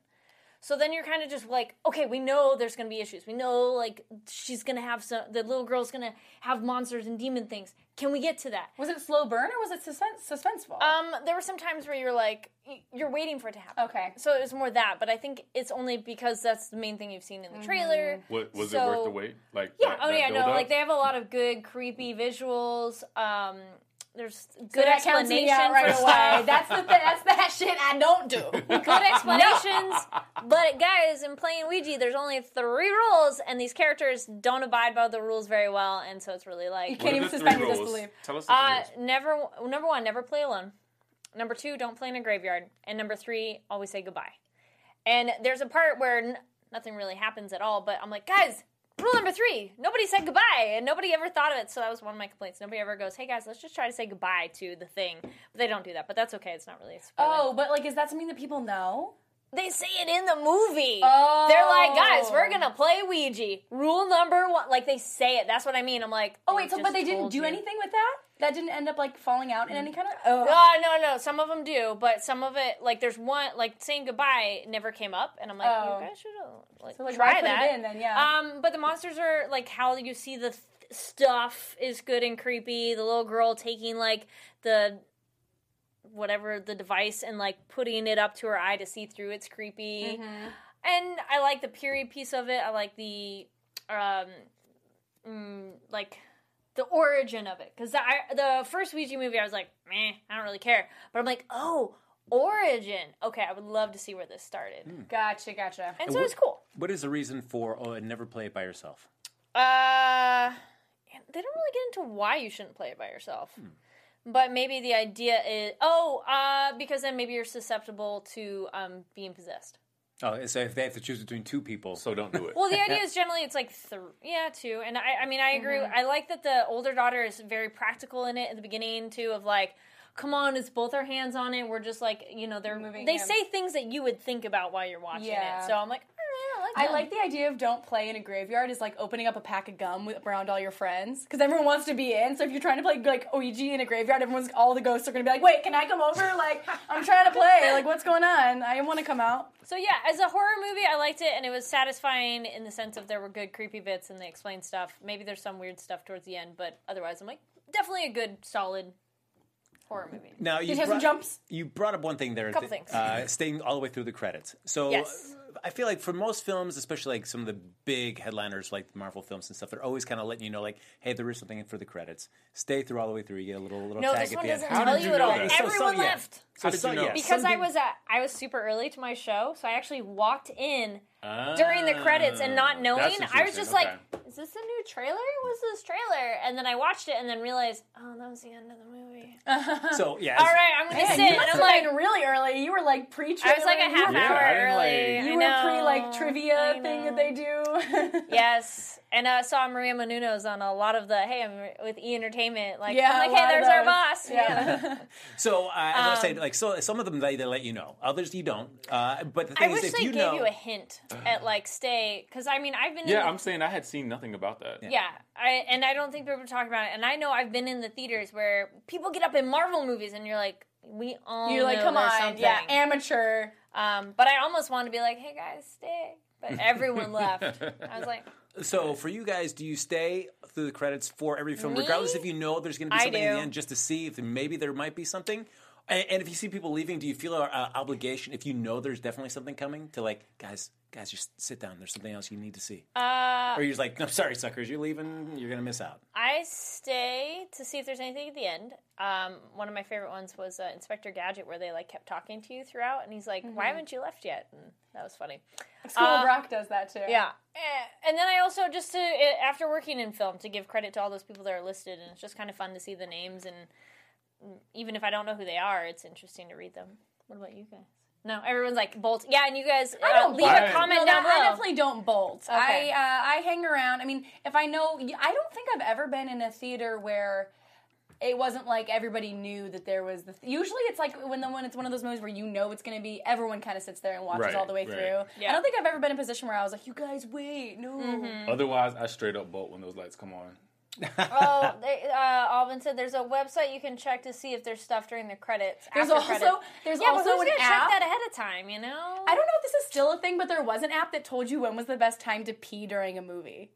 Speaker 3: So then you're kind of just like, okay, we know there's gonna be issues. We know like she's gonna have some. The little girl's gonna have monsters and demon things. Can we get to that?
Speaker 4: Was it slow burn or was it suspense suspenseful?
Speaker 3: Um, there were some times where you're like, y- you're waiting for it to happen.
Speaker 4: Okay.
Speaker 3: So it was more that, but I think it's only because that's the main thing you've seen in the trailer.
Speaker 4: Mm-hmm.
Speaker 5: What, was it
Speaker 3: So-
Speaker 5: worth the wait? Like
Speaker 3: Yeah.
Speaker 5: that-
Speaker 3: oh
Speaker 5: that
Speaker 3: yeah. No.
Speaker 5: build-up? Mm-hmm.
Speaker 3: Like they have a lot of good creepy visuals. Um, there's good
Speaker 4: So that counts
Speaker 3: explanation
Speaker 4: me out right
Speaker 3: for stuff.
Speaker 4: away. That's the th- that's that shit I
Speaker 1: (laughs)
Speaker 4: don't do.
Speaker 3: (laughs)
Speaker 4: (laughs)
Speaker 3: good explanations. but guys, in playing Ouija, there's only three rules, and these characters don't abide by the rules very well, and so it's really like
Speaker 5: What
Speaker 4: Can't
Speaker 5: are
Speaker 4: even
Speaker 5: the
Speaker 4: suspend
Speaker 5: three
Speaker 4: your
Speaker 5: rules?
Speaker 4: disbelief.
Speaker 5: Tell us the
Speaker 3: uh,
Speaker 5: three rules.
Speaker 3: never. Number one, never play alone. Number two, don't play in a graveyard. And number three, always say goodbye. And there's a part where n- nothing really happens at all, but I'm like, guys. Rule number three: Nobody said goodbye, and nobody ever thought of it. So that was one of my complaints. Nobody ever goes, "Hey guys, let's just try to say goodbye to the thing." But they don't do that. But that's okay. It's not really. A spoiler.
Speaker 4: Oh, but like, is that something that people know?
Speaker 3: They say it in the movie.
Speaker 4: Oh.
Speaker 3: They're like, guys, we're gonna play Ouija. Rule number one. Like they say it. That's what I mean. I'm like,
Speaker 4: Oh wait, so
Speaker 3: just
Speaker 4: but they didn't
Speaker 3: told
Speaker 4: do
Speaker 3: you.
Speaker 4: anything with that. That didn't end up like falling out in any kind of. Oh,
Speaker 3: Uh, no, no. Some of them do, but some of it, like there's one, like saying goodbye never came up, and I'm like,
Speaker 4: Oh.
Speaker 3: you guys should have like,
Speaker 4: So, like, why
Speaker 3: try
Speaker 4: put it
Speaker 3: that.
Speaker 4: in then? Yeah.
Speaker 3: Um, but the monsters are like how you see the th- stuff is good and creepy. The little girl taking like the whatever the device and like putting it up to her eye to see through. It's creepy.
Speaker 4: Mm-hmm.
Speaker 3: And I like the period piece of it. I like the um, mm, like the origin of it because the, I- the first Ouija movie I was like, meh, I don't really care. But I'm like, oh, origin. Okay, I would love to see where this started.
Speaker 4: gotcha, gotcha.
Speaker 3: And so it's cool.
Speaker 1: What is the reason for oh, and never play it by yourself?
Speaker 3: Uh, they don't really get into why you shouldn't play it by yourself. But maybe the idea is, oh, uh, because then maybe you're susceptible to um, being possessed.
Speaker 1: Oh, so if they have to choose between two people,
Speaker 5: So don't do it.
Speaker 3: Well, the idea is generally it's like three, yeah, two. And
Speaker 4: Mm-hmm.
Speaker 3: I, I mean, I agree. I like that the older daughter is very practical in it at the beginning too, of like, come on, it's both our hands on it. We're just like, you know, they're
Speaker 4: Moving
Speaker 3: They
Speaker 4: hands.
Speaker 3: say things that you would think about while you're watching
Speaker 4: Yeah.
Speaker 3: it. So I'm like, "All right,
Speaker 4: I
Speaker 3: that."
Speaker 4: like the idea of don't play in a graveyard is like opening up a pack of gum with, around all your friends because everyone wants to be in. So if you're trying to play like Ouija in a graveyard, everyone's all the ghosts are gonna be like, "Wait, can I come over? Like, I'm trying to play. Like, what's going on? I want to come out."
Speaker 3: So yeah, as a horror movie, I liked it, and it was satisfying in the sense of there were good creepy bits, and they explained stuff. Maybe there's some weird stuff towards the end, but otherwise, I'm like definitely a good, solid horror movie.
Speaker 1: Now you
Speaker 4: Did you have some
Speaker 1: brought-
Speaker 4: jumps?
Speaker 1: You brought up one thing there.
Speaker 3: Couple
Speaker 1: that-
Speaker 3: things.
Speaker 1: Uh, staying all the way through the credits. So
Speaker 3: Yes.
Speaker 1: I feel like for most films, especially like some of the big headliners, like Marvel films and stuff, they're always kind of letting you know, like, hey, there is something in for the credits. Stay through all the way through. You get a little little
Speaker 3: No,
Speaker 1: tag
Speaker 3: this
Speaker 1: at
Speaker 3: one
Speaker 1: the end.
Speaker 3: doesn't
Speaker 5: How
Speaker 3: tell
Speaker 5: did
Speaker 3: you
Speaker 5: you
Speaker 3: at
Speaker 5: know
Speaker 3: all.
Speaker 5: that?
Speaker 1: So
Speaker 3: Everyone
Speaker 1: some, yeah.
Speaker 3: left
Speaker 1: So
Speaker 5: did
Speaker 1: some,
Speaker 5: you know?
Speaker 1: yes.
Speaker 3: because
Speaker 1: Some
Speaker 3: I
Speaker 1: didn't.
Speaker 3: was at I was super early to my show, so I actually walked in during the credits and not knowing. I was
Speaker 5: interesting,
Speaker 3: just
Speaker 5: okay.
Speaker 3: like, "Is this a new trailer? What's this trailer?" And then I watched it and then realized, "Oh, that was the end of the movie."
Speaker 1: So yeah.
Speaker 3: All right, I'm gonna
Speaker 4: Man,
Speaker 3: sit.
Speaker 4: you
Speaker 3: And
Speaker 4: must have
Speaker 3: I'm like,
Speaker 4: been really early. You were like pre.
Speaker 3: I was like a half
Speaker 5: Yeah,
Speaker 3: hour
Speaker 5: I didn't,
Speaker 3: early.
Speaker 5: like-
Speaker 3: I
Speaker 4: You were pre
Speaker 3: know.
Speaker 4: like trivia
Speaker 3: I
Speaker 4: thing
Speaker 3: know.
Speaker 4: that they do. (laughs)
Speaker 3: Yes, and I saw Maria Menounos on a lot of the hey, I'm with E Entertainment. Like,
Speaker 4: Yeah,
Speaker 3: I'm
Speaker 4: a
Speaker 3: like,
Speaker 4: lot
Speaker 3: hey,
Speaker 4: of
Speaker 3: there's our
Speaker 4: those.
Speaker 3: boss. Yeah.
Speaker 5: (laughs)
Speaker 1: So uh, as I was
Speaker 3: Um,
Speaker 1: saying, like, so some of them they, they let you know, others you don't. Uh, but the
Speaker 3: I
Speaker 1: thing
Speaker 3: wish
Speaker 1: is,
Speaker 3: they
Speaker 1: if you
Speaker 3: gave
Speaker 1: know,
Speaker 3: you a hint at like stay, because I mean, I've been in
Speaker 5: Yeah,
Speaker 3: the-
Speaker 5: I'm saying I had seen nothing about that.
Speaker 3: Yeah, I, and I don't think people talk about it. And I know I've been in the theaters where people get up in Marvel movies, and you're like, we
Speaker 4: (laughs)
Speaker 3: all
Speaker 4: You're like,
Speaker 3: know
Speaker 4: come
Speaker 3: there's
Speaker 4: on,
Speaker 3: something.
Speaker 4: yeah, amateur.
Speaker 3: um, but I almost want to be like, hey guys, stay. But everyone
Speaker 5: (laughs)
Speaker 3: left. I was like,
Speaker 1: so for you guys, do you stay through the credits for every film,
Speaker 3: Me?
Speaker 1: regardless if you know there's going to be
Speaker 3: I
Speaker 1: something in
Speaker 3: do.
Speaker 1: the end, just to see if maybe there might be something? And, and if you see people leaving, do you feel an uh, obligation if you know there's definitely something coming to like, guys, guys, just sit down. There's something else you need to see. Uh, or you're just like, no, sorry, suckers, you're leaving. You're going to miss out.
Speaker 3: I stay to see if there's anything at the end. Um, one of my favorite ones was uh, Inspector Gadget, where they like kept talking to you throughout, and he's like, "Why haven't you left yet?" And that was funny.
Speaker 4: School of Rock does that too.
Speaker 3: Uh, Yeah, Eh, and then I also just to eh, after working in film to give credit to all those people that are listed, and it's just kind of fun to see the names, and mm, even if I don't know who they are, it's interesting to read them. What about you guys? No, everyone's like bolt. Yeah, and you guys
Speaker 4: I
Speaker 3: uh,
Speaker 4: don't
Speaker 3: leave
Speaker 5: bolt.
Speaker 3: a comment
Speaker 4: um, No,
Speaker 3: down
Speaker 4: no, I
Speaker 3: below.
Speaker 4: definitely don't bolt. I
Speaker 3: Okay.
Speaker 4: uh, I hang around. I mean, if I know, I don't think I've ever been in a theater where it wasn't like everybody knew that there was. The Usually, it's like when the when it's one of those movies where you know it's going to be. Everyone kind of sits there and watches
Speaker 5: Right,
Speaker 4: all the way
Speaker 5: right.
Speaker 4: through.
Speaker 3: Yeah. Mm-hmm.
Speaker 4: I don't think I've ever been in a position where I was like, "You guys, wait, no."
Speaker 5: Otherwise, I straight up bolt when those lights come on.
Speaker 3: oh, they, uh, Alvin said there's a website you can check to see if there's stuff during the credits.
Speaker 4: There's
Speaker 3: after
Speaker 4: also-
Speaker 3: credits.
Speaker 4: there's
Speaker 3: yeah,
Speaker 4: also
Speaker 3: but who's
Speaker 4: an
Speaker 3: gonna
Speaker 4: app?
Speaker 3: check that ahead of time? You know,
Speaker 4: I don't know if this is still a thing, but there was an app that told you when was the best time to pee during a movie.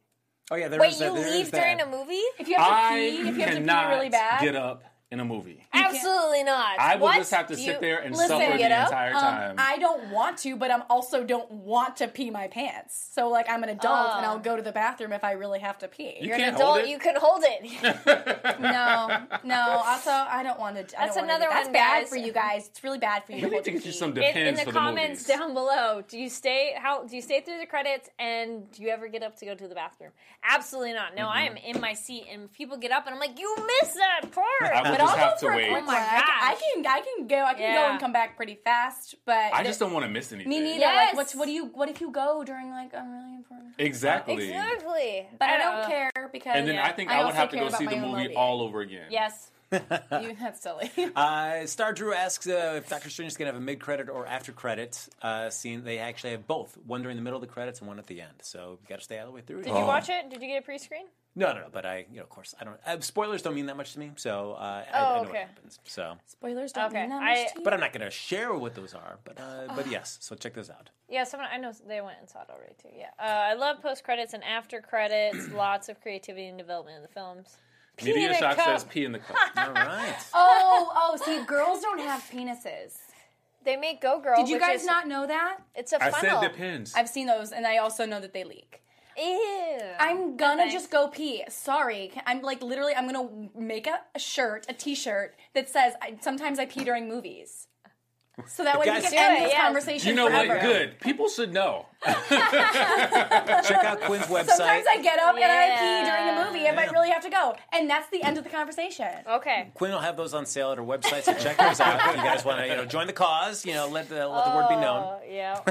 Speaker 1: Oh yeah, there
Speaker 3: Wait,
Speaker 1: is that-
Speaker 3: you
Speaker 1: there is
Speaker 3: leave during
Speaker 1: that.
Speaker 3: a movie?
Speaker 4: If you have to
Speaker 5: I
Speaker 4: pee, if you have to pee
Speaker 5: cannot
Speaker 4: really bad,
Speaker 5: get up in a movie.
Speaker 3: Absolutely not.
Speaker 5: I will
Speaker 3: What?
Speaker 5: just have to sit
Speaker 3: You-
Speaker 5: there and
Speaker 3: Listen,
Speaker 5: suffer
Speaker 3: get
Speaker 5: the
Speaker 3: up?
Speaker 5: entire
Speaker 4: Um,
Speaker 5: time.
Speaker 4: I don't want to, but I'm also don't want to pee my pants. So like I'm an adult and I'll go to the bathroom if I really have to pee.
Speaker 5: you
Speaker 3: You're an
Speaker 5: can't
Speaker 3: adult.
Speaker 5: hold it.
Speaker 3: You can hold
Speaker 5: (laughs)
Speaker 3: it.
Speaker 4: no, no. Also, I don't want to.
Speaker 3: That's another
Speaker 4: That's
Speaker 3: one,
Speaker 4: bad
Speaker 3: guys.
Speaker 4: for you guys. It's really bad for you.
Speaker 5: we
Speaker 4: to
Speaker 5: need
Speaker 4: hold
Speaker 5: to
Speaker 4: your
Speaker 5: get you
Speaker 4: pee.
Speaker 5: some
Speaker 3: in,
Speaker 5: depends
Speaker 3: in the
Speaker 5: for
Speaker 3: comments
Speaker 5: the movies.
Speaker 3: down below, do you stay? How do you stay through the credits? And do you ever get up to go to the bathroom? Absolutely not. No, I am in my seat, and people get up, and I'm like, you missed that part.
Speaker 5: Mm-hmm. I will
Speaker 3: but
Speaker 5: just
Speaker 3: I'll go
Speaker 5: have
Speaker 3: for
Speaker 5: to
Speaker 3: a
Speaker 5: wait.
Speaker 3: quick
Speaker 5: Oh
Speaker 3: one.
Speaker 4: Well, I can-
Speaker 3: Gosh.
Speaker 4: I can, I can go. I can
Speaker 3: Yeah.
Speaker 4: go and come back pretty fast, but
Speaker 5: I just don't want to miss anything.
Speaker 4: Me neither.
Speaker 3: Yes.
Speaker 4: Like, what's what do you? What if you go during like a really important?
Speaker 5: Exactly.
Speaker 3: Exactly.
Speaker 4: But I
Speaker 3: know.
Speaker 4: don't care because
Speaker 5: And then
Speaker 3: Yeah.
Speaker 5: I think
Speaker 4: I
Speaker 5: I, would
Speaker 4: also
Speaker 5: have to
Speaker 4: care
Speaker 5: go
Speaker 4: about
Speaker 5: see
Speaker 4: my
Speaker 5: the
Speaker 4: own
Speaker 5: movie
Speaker 4: well-being.
Speaker 5: all over again.
Speaker 3: Yes.
Speaker 4: you, that's
Speaker 5: (laughs)
Speaker 4: silly.
Speaker 1: Uh, Star Drew asks uh, if Doctor Strange is going to have a mid credit or after credit uh, scene. They actually have both, one during the middle of the credits and one at the end. So you got to stay all the way through.
Speaker 3: Did
Speaker 5: Oh.
Speaker 3: you watch it? Did you get a pre-screen?
Speaker 1: No, no, no. But I, you know, of course, I don't. Uh, spoilers don't mean that much to me, so uh, I,
Speaker 3: Oh,
Speaker 1: I know what
Speaker 3: okay.
Speaker 1: happens. So,
Speaker 4: Spoilers don't
Speaker 3: Okay,
Speaker 4: mean that
Speaker 3: I-
Speaker 4: much to you.
Speaker 1: but I'm not going to share what those are. But uh,
Speaker 3: (sighs)
Speaker 1: but yes, so check those
Speaker 3: (laughs)
Speaker 1: out.
Speaker 3: Yeah, someone I know they went and saw it already too. Yeah, uh, I love post credits and after credits. (clears throat) lots of creativity and development in the films. Pee in
Speaker 5: Media
Speaker 3: a
Speaker 5: Shock
Speaker 3: cup.
Speaker 5: says pee in the cup.
Speaker 1: All right.
Speaker 4: (laughs) oh, oh. See, girls don't have penises.
Speaker 3: They make Go Girl.
Speaker 4: Did you
Speaker 3: which
Speaker 4: guys
Speaker 3: is-
Speaker 4: not know that?
Speaker 3: It's a
Speaker 5: I
Speaker 3: funnel.
Speaker 5: said depends.
Speaker 4: I've seen those, and I also know that they leak.
Speaker 3: Ew.
Speaker 4: I'm gonna
Speaker 3: Thanks.
Speaker 4: just go pee. Sorry, I'm like literally. I'm gonna make a, a shirt, a T-shirt that says I, "Sometimes I pee during movies," so that way we
Speaker 1: Guys,
Speaker 4: can
Speaker 1: do
Speaker 4: end
Speaker 3: it,
Speaker 4: this
Speaker 3: yes.
Speaker 4: conversation.
Speaker 5: you know
Speaker 4: forever.
Speaker 5: what? Good. People should know. (laughs)
Speaker 1: Check
Speaker 3: (laughs)
Speaker 1: out Quinn's website.
Speaker 4: Sometimes I get up and
Speaker 3: Yeah.
Speaker 4: I pee during the movie if I
Speaker 1: Yeah.
Speaker 4: really have to go, and that's the end of the conversation.
Speaker 3: Okay.
Speaker 1: Quinn will have those on sale at her website, so check those out. if you guys want to, you know, join the cause. You know, let the let the word be known.
Speaker 3: Oh, yeah.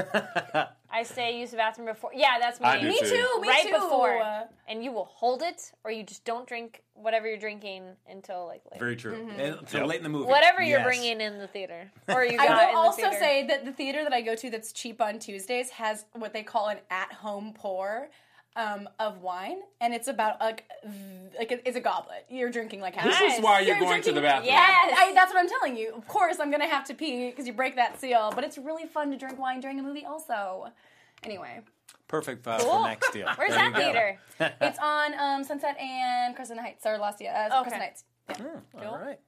Speaker 3: Oh, I say use the bathroom before. Yeah, that's me.
Speaker 5: I do
Speaker 4: Me
Speaker 5: too.
Speaker 4: too. Me
Speaker 3: right
Speaker 4: too.
Speaker 3: before, and you will hold it, or you just don't drink whatever you're drinking until like later.
Speaker 1: Very true. And until
Speaker 5: Yep.
Speaker 1: late in the movie.
Speaker 3: Mm-hmm. whatever you're
Speaker 1: Yes.
Speaker 3: bringing in the theater, or you got
Speaker 4: I
Speaker 3: in
Speaker 4: will
Speaker 3: the
Speaker 4: also
Speaker 3: theater.
Speaker 4: say that the theater that I go to that's cheap on Tuesdays has what they call an at-home pour um, of wine, and it's about like th- like it's a goblet. You're drinking like half.
Speaker 5: This
Speaker 3: Nice.
Speaker 5: is why you're,
Speaker 4: You're
Speaker 5: going to the
Speaker 4: drinking-
Speaker 5: bathroom.
Speaker 3: Yeah.
Speaker 4: And I, that's what I'm telling you. Of course, I'm gonna have to pee because you break that seal. But it's really fun to drink wine during a movie, also.
Speaker 5: (laughs)
Speaker 4: Anyway,
Speaker 1: Perfect uh,
Speaker 3: Cool.
Speaker 1: for next
Speaker 3: (laughs)
Speaker 1: deal.
Speaker 3: Where's
Speaker 1: There you
Speaker 3: that
Speaker 1: go.
Speaker 3: theater?
Speaker 4: it's on um, Sunset and Crescent Heights or Los Angeles. Uh,
Speaker 3: Okay.
Speaker 4: Crescent Heights.
Speaker 1: All right.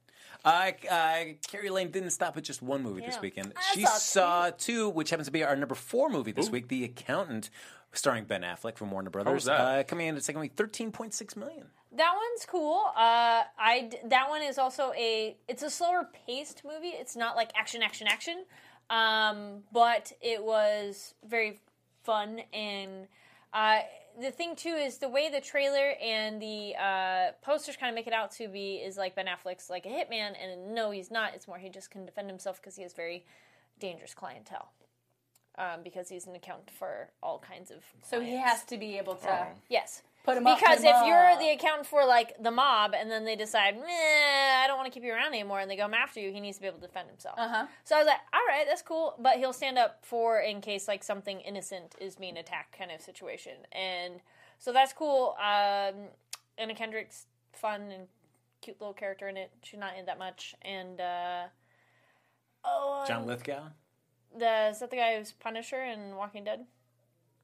Speaker 1: Uh, uh, Carrie Lane didn't stop at just one movie this
Speaker 3: Yeah.
Speaker 1: weekend.
Speaker 4: I
Speaker 1: she
Speaker 4: saw two.
Speaker 1: saw two, which happens to be our number four movie this week, The Accountant, starring Ben Affleck from Warner Brothers.
Speaker 5: was that?
Speaker 1: Uh, coming in at second week, thirteen point six million.
Speaker 3: That one's cool. Uh, I d- that one is also a it's a slower paced movie. It's not like action, action, action, um, but it was very fun and uh, the thing too is the way the trailer and the uh, posters kind of make it out to be is like Ben Affleck's like a hitman, and no, he's not. It's more he just can defend himself because he has very dangerous clientele. Um, because he's an accountant for all kinds of
Speaker 4: So he has to be able to.
Speaker 5: Oh.
Speaker 3: Yes.
Speaker 4: Put 'em up,
Speaker 3: because
Speaker 4: put 'em
Speaker 3: if you're
Speaker 4: up.
Speaker 3: the accountant for like the mob, and then they decide, Meh, I don't want to keep you around anymore, and they come after you, he needs to be able to defend himself. Uh-huh. So I was like, all right, that's cool, but he'll stand up for in case like something innocent is being attacked, kind of situation, and so that's cool. Um, Anna Kendrick's fun and cute little character in it. She's not in it that much, and uh, oh,
Speaker 1: John (laughs) Lithgow.
Speaker 3: the is that the guy who's Punisher in Walking Dead?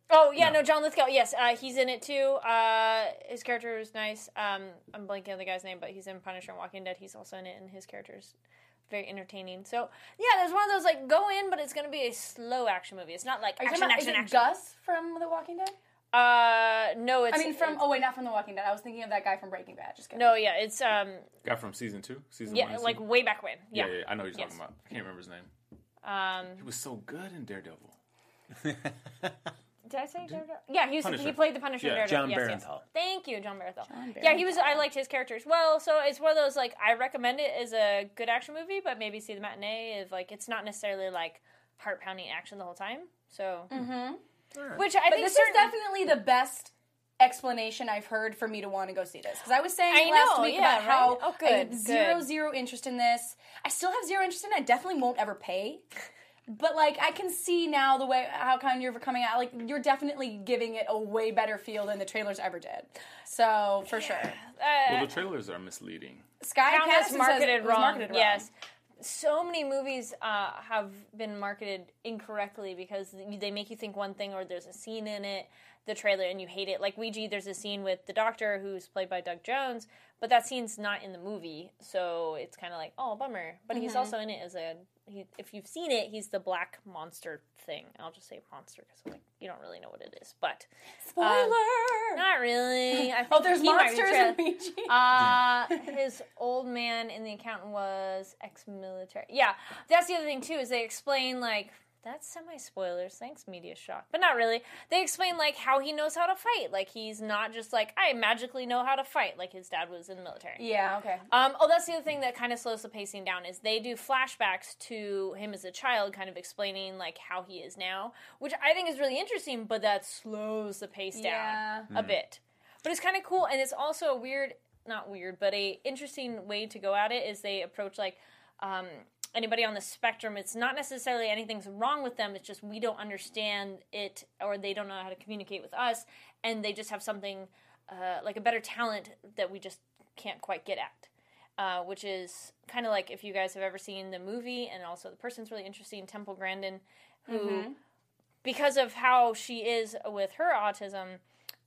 Speaker 3: Oh yeah, no, John Lithgow. Yes, uh, he's in it too. Uh, his character was nice. Um, I'm blanking on the guy's name, but he's in Punisher and Walking Dead. He's also in it, and his character's very entertaining. So yeah, there's one of those like go in, but it's gonna be a slow action movie. It's not like
Speaker 4: Are you
Speaker 3: action,
Speaker 4: talking about-
Speaker 3: action,
Speaker 4: is it
Speaker 3: action.
Speaker 4: Gus from The Walking Dead?
Speaker 3: Uh, no, it's
Speaker 4: I mean, from
Speaker 3: it's-
Speaker 4: oh wait, not from The Walking Dead. I was thinking of that guy from Breaking Bad. Just kidding.
Speaker 3: no, yeah, it's um,
Speaker 5: Got from season two, season one.
Speaker 3: yeah,
Speaker 5: and
Speaker 3: like
Speaker 5: season-
Speaker 3: way back when.
Speaker 5: yeah.
Speaker 3: Yeah,
Speaker 5: yeah, I know what you're
Speaker 3: Yes.
Speaker 5: talking about. I can't remember his name.
Speaker 3: Um,
Speaker 5: He was so good in Daredevil.
Speaker 3: Did I say Daredevil? Yeah, he was. He
Speaker 5: Punisher.
Speaker 3: played the Punisher. in
Speaker 5: Yeah,
Speaker 1: John
Speaker 3: Daredevil. yes, yes.
Speaker 1: Barenthal.
Speaker 3: Thank you, John Barenthal. Yeah, he was. I liked his character as well. So it's one of those like I recommend it as a good action movie, but maybe see the matinee if like it's not necessarily like heart pounding action the whole time. So, which I
Speaker 4: But
Speaker 3: think
Speaker 4: this
Speaker 3: certain,
Speaker 4: is definitely the best explanation I've heard for me to want to go see this. Because I was saying
Speaker 3: I
Speaker 4: last
Speaker 3: know,
Speaker 4: week
Speaker 3: yeah,
Speaker 4: about how
Speaker 3: right? Oh,
Speaker 4: I had
Speaker 3: good,
Speaker 4: zero
Speaker 3: good.
Speaker 4: zero interest in this. I still have zero interest in it. I definitely won't ever pay. But like I can see now the way how kind you're coming out. Like you're definitely giving it a way better feel than the trailers ever did. So for sure,
Speaker 5: Well, the trailers are misleading.
Speaker 4: Sky
Speaker 3: Count
Speaker 4: Patterson
Speaker 3: as
Speaker 4: says
Speaker 3: marketed,
Speaker 4: it was
Speaker 3: wrong.
Speaker 4: marketed wrong.
Speaker 3: Yes. So many movies uh, have been marketed incorrectly because they make you think one thing or there's a scene in it, the trailer, and you hate it. Like Ouija, there's a scene with the doctor who's played by Doug Jones, but that scene's not in the movie, so it's kind of like, oh, bummer. But
Speaker 4: Mm-hmm.
Speaker 3: he's also in it as a. He, if you've seen it, he's the black monster thing. I'll just say monster because I'm like, you don't really know what it is,
Speaker 4: (laughs)
Speaker 3: but
Speaker 4: Spoiler.
Speaker 3: uh, not really. I think
Speaker 4: oh, there's
Speaker 3: he might be
Speaker 4: monsters
Speaker 3: tra-
Speaker 4: in Ouija. (laughs)
Speaker 3: uh, his old man in the accountant was ex-military. Yeah, that's the other thing too is they explain like that's semi spoilers. Thanks, media shock, but not really. They explain like how he knows how to fight. Like he's not just like I magically know how to fight. Like his dad was in the military.
Speaker 4: yeah. Okay.
Speaker 3: Um, oh, that's the other thing that kind of slows the pacing down is they do flashbacks to him as a child, kind of explaining like how he is now, which I think is really interesting. But that slows the pace down
Speaker 4: Yeah.
Speaker 3: a bit. But it's kind of cool, and it's also a weird, not weird, but a interesting way to go at it is they approach like um, anybody on the spectrum. It's not necessarily anything's wrong with them. It's just we don't understand it, or they don't know how to communicate with us, and they just have something uh, like a better talent that we just can't quite get at. Uh, which is kind of like if you guys have ever seen the movie, and also the person's really interesting, Temple Grandin, who because of how she is with her autism,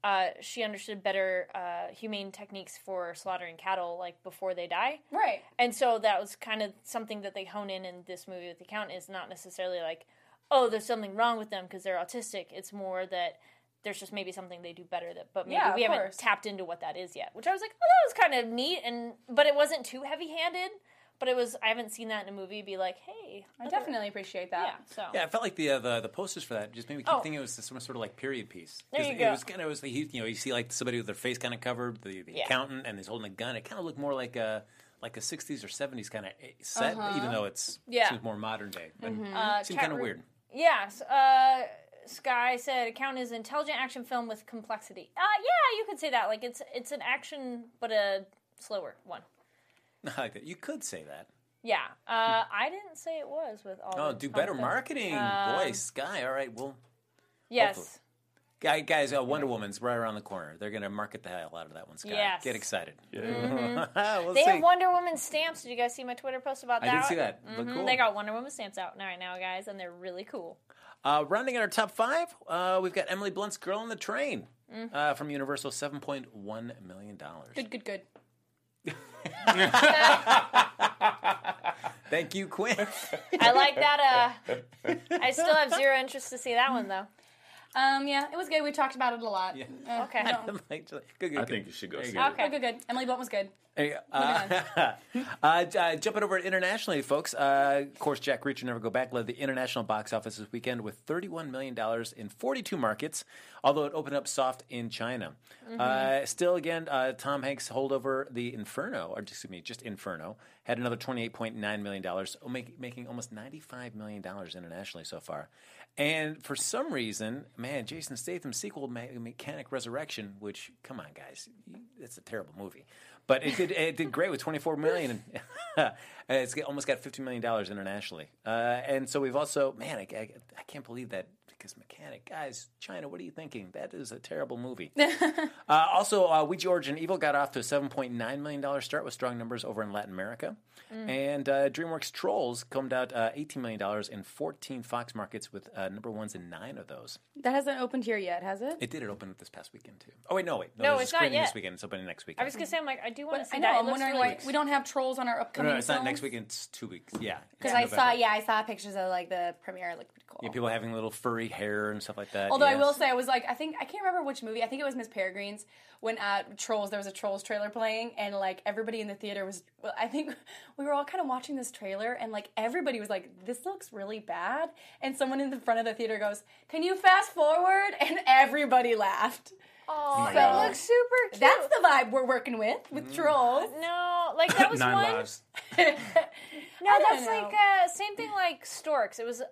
Speaker 3: uh, she understood better uh, humane techniques for slaughtering cattle, like before they die.
Speaker 4: Right.
Speaker 3: And so that was kind of something that they hone in in this movie with the count is not necessarily like, oh, there's something wrong with them because they're autistic. It's more that there's just maybe something they do better that, but maybe
Speaker 4: Yeah, of
Speaker 3: we haven't
Speaker 4: course.
Speaker 3: tapped into what that is yet. Which I was like, oh, that was kind of neat, and but it wasn't too heavy handed. But it was I haven't seen that in a movie. Be like, hey,
Speaker 4: I
Speaker 3: other-
Speaker 4: definitely appreciate
Speaker 3: yeah.
Speaker 4: that.
Speaker 3: So
Speaker 1: Yeah, I felt like the uh, the, the posters for that just made me keep
Speaker 3: Oh.
Speaker 1: thinking it was some sort of like period piece.
Speaker 3: There
Speaker 1: 'Cause
Speaker 3: you
Speaker 1: it
Speaker 3: go.
Speaker 1: was kind of was the, you know you see like somebody with their face kind of covered, the, the
Speaker 3: Yeah.
Speaker 1: accountant, and he's holding a gun. It kind of looked more like a like a '60s or '70s kind of set, even though it's
Speaker 3: Uh-huh. Yeah.
Speaker 1: seems more modern day. But
Speaker 3: Uh,
Speaker 1: seemed
Speaker 3: chat
Speaker 1: kind of
Speaker 3: room-
Speaker 1: weird.
Speaker 3: Yes. Uh, Sky said, "Account is an intelligent action film with complexity." Uh, yeah, you could say that. Like it's it's an action, but a slower one.
Speaker 1: (laughs) I like that. You could say that.
Speaker 3: Yeah, uh, I didn't say it was with all.
Speaker 1: Oh,
Speaker 3: the
Speaker 1: do better
Speaker 3: confidence.
Speaker 1: marketing,
Speaker 3: Um,
Speaker 1: boy, Sky. All right, well,
Speaker 3: Yes,
Speaker 1: hopefully. guy- guys, uh, Wonder Woman's right around the corner. They're going to market the hell out of that one, Sky.
Speaker 3: Yes. Mm-hmm.
Speaker 1: Get excited. (laughs) we'll
Speaker 3: they
Speaker 1: see.
Speaker 3: have Wonder Woman stamps. Did you guys see my Twitter post about
Speaker 1: I
Speaker 3: that?
Speaker 1: did see that. Look cool.
Speaker 3: Mm-hmm. They got Wonder Woman stamps out right now, guys, and they're really cool.
Speaker 1: Uh, rounding out our top five, uh, we've got Emily Blunt's "Girl on the Train"
Speaker 3: Mm.
Speaker 1: uh, from Universal, seven point one million dollars.
Speaker 4: Good, good, good.
Speaker 1: Thank you, Quinn.
Speaker 3: I like that. Uh, I still have zero interest to see that one though.
Speaker 4: Um, yeah, it was good. We talked about it a lot. Uh,
Speaker 1: (laughs)
Speaker 3: Okay.
Speaker 1: I'm like, good, good,
Speaker 5: I
Speaker 1: good.
Speaker 5: think you should go see
Speaker 3: Okay.
Speaker 5: it.
Speaker 4: Good, good, good. Emily Blunt was good.
Speaker 1: There you go. Uh, (laughs) uh, j- uh, jumping over internationally, folks. Uh, of course, Jack Reacher Never Go Back led the international box office this weekend with $31 million in 42 markets, although it opened up soft in China. Uh, still, again, uh, Tom Hanks' holdover, The Inferno, or excuse me, just Inferno, had another $28.9 million, o- make, making almost $95 million internationally so far. And for some reason, man, Jason Statham's sequel, Me- Mechanic Resurrection, which, come on, guys, it's a terrible movie, but it did it did great with 24 million. (laughs) And it's got- almost got 50 million dollars internationally. Uh, and so we've also, man, I, I, I can't believe that because Mechanic, guys, China, what are you thinking? That is a terrible
Speaker 3: (laughs)
Speaker 1: movie. Uh, also, uh, We George and Evil got off to a $7.9 million start with strong numbers over in Latin America.
Speaker 3: Mm.
Speaker 1: And uh, DreamWorks Trolls combed out uh, $18 million in 14 Fox markets with uh, number ones in nine of those.
Speaker 4: That hasn't opened here yet, has it?
Speaker 1: It did it open this past weekend, too. Oh, wait, no, wait.
Speaker 3: No,
Speaker 1: there's a
Speaker 3: it's not
Speaker 1: screening
Speaker 3: yet.
Speaker 1: This weekend. It's opening next weekend.
Speaker 3: I was gonna say, I'm like, I do want to see
Speaker 4: I know.
Speaker 3: that. It
Speaker 4: I'm
Speaker 3: looks
Speaker 4: wondering
Speaker 3: really-
Speaker 4: why we don't have trolls on our upcoming.
Speaker 1: No, no, it's not
Speaker 4: films.
Speaker 1: next weekend. It's two weeks. Yeah,
Speaker 4: Because I saw, yeah, I saw pictures of like the premiere. It looked pretty cool.
Speaker 1: Yeah, people having little furry hair and stuff like that.
Speaker 4: Although I
Speaker 1: yes.
Speaker 4: will say, I was like, I think I can't remember which movie. I think it was Miss Peregrine's when uh, Trolls. There was a Trolls trailer playing, and like everybody in the theater was. Well, I think (laughs) we were all kind of watching this trailer, and like everybody was like, "This looks really bad." And someone in the front of the theater goes, "Can you fast forward?" (laughs) And everybody laughed.
Speaker 3: Oh,
Speaker 5: God.
Speaker 3: it looks super cute.
Speaker 4: That's the vibe we're working with
Speaker 1: Mm.
Speaker 4: with Trolls.
Speaker 3: no, like that was
Speaker 5: Nine
Speaker 3: one.
Speaker 5: lives.
Speaker 3: No,
Speaker 4: don't
Speaker 3: that's
Speaker 4: know.
Speaker 3: like uh, same thing like Storks. It was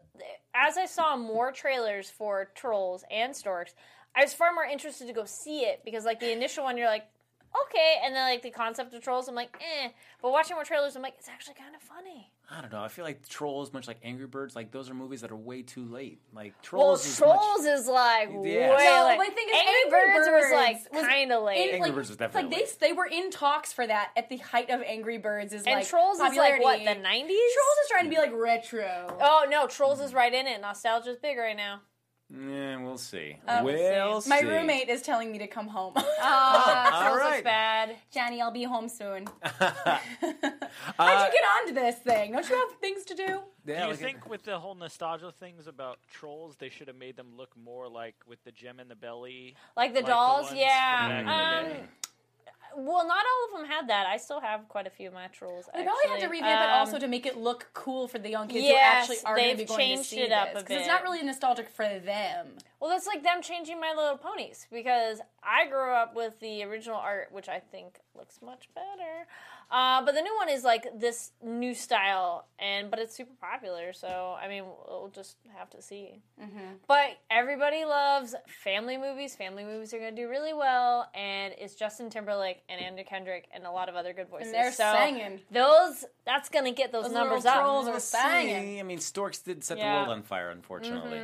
Speaker 3: as I saw more trailers for Trolls and Storks, I was far more interested to go see it because like the initial one, you're like, okay, and then like the concept of Trolls, I'm like, eh. But watching more trailers, I'm like, it's actually kind of funny.
Speaker 1: I don't know. I feel like Trolls, much like Angry Birds, like those are movies that are way too late. Like
Speaker 3: Well,
Speaker 1: Trolls, is much-
Speaker 3: Trolls is like way
Speaker 1: No,
Speaker 3: like,
Speaker 4: but the thing is,
Speaker 3: Angry Birds, was like kind of late.
Speaker 4: and,
Speaker 1: Angry Birds was definitely
Speaker 4: like they, they were in talks for that at the height of Angry Birds. Is
Speaker 3: and
Speaker 4: like
Speaker 3: Trolls is like what
Speaker 4: popularity.
Speaker 3: the nineties.
Speaker 4: Trolls is trying to be like retro.
Speaker 3: Oh no, Trolls is right in it. Nostalgia's big right now.
Speaker 1: Yeah, we'll see.
Speaker 4: Oh, we'll
Speaker 1: we'll see. (laughs)
Speaker 4: My roommate is telling me to come home.
Speaker 3: Ah,
Speaker 1: all
Speaker 3: Trolls
Speaker 1: right.
Speaker 3: is bad.
Speaker 4: Johnny, I'll be
Speaker 1: (laughs)
Speaker 4: home soon. (laughs)
Speaker 1: Uh,
Speaker 4: How'd you get onto this thing? Don't you have things to do?
Speaker 1: Yeah,
Speaker 6: Do you
Speaker 1: look at-
Speaker 6: think with the whole nostalgia things about trolls, they should have made them look more like with the gem in the belly? Oh,
Speaker 3: Like the
Speaker 6: Like the
Speaker 3: dolls,
Speaker 6: ones from
Speaker 3: yeah.
Speaker 6: back
Speaker 3: Um,
Speaker 6: in the
Speaker 3: well, not all of them had that. I still have quite a few of my trolls.
Speaker 4: They probably had to
Speaker 3: actually.
Speaker 4: revamp it
Speaker 3: Um,
Speaker 4: also to make it look cool for the young kids
Speaker 3: yes,
Speaker 4: who actually are going to
Speaker 3: they've
Speaker 4: be going to
Speaker 3: changed
Speaker 4: see
Speaker 3: it up
Speaker 4: this,
Speaker 3: a
Speaker 4: 'cause it's
Speaker 3: bit.
Speaker 4: not really nostalgic for them.
Speaker 3: Well, that's like them changing My Little Ponies because I grew up with the original art, which I think looks much better. Uh, but the new one is like this new style, and but it's super popular. So I mean, we'll just have to see.
Speaker 4: Mm-hmm.
Speaker 3: But everybody loves family movies. Family movies are going to do really well, and it's Justin Timberlake and Anna Kendrick and a lot of other good voices.
Speaker 4: they're
Speaker 3: so
Speaker 4: singing.
Speaker 3: Those that's going to get those,
Speaker 4: Those
Speaker 3: numbers
Speaker 4: little
Speaker 3: up.
Speaker 4: trolls are
Speaker 1: We'll see.
Speaker 4: singing.
Speaker 1: I mean, Storks did set
Speaker 3: Yeah.
Speaker 1: the world on fire, unfortunately,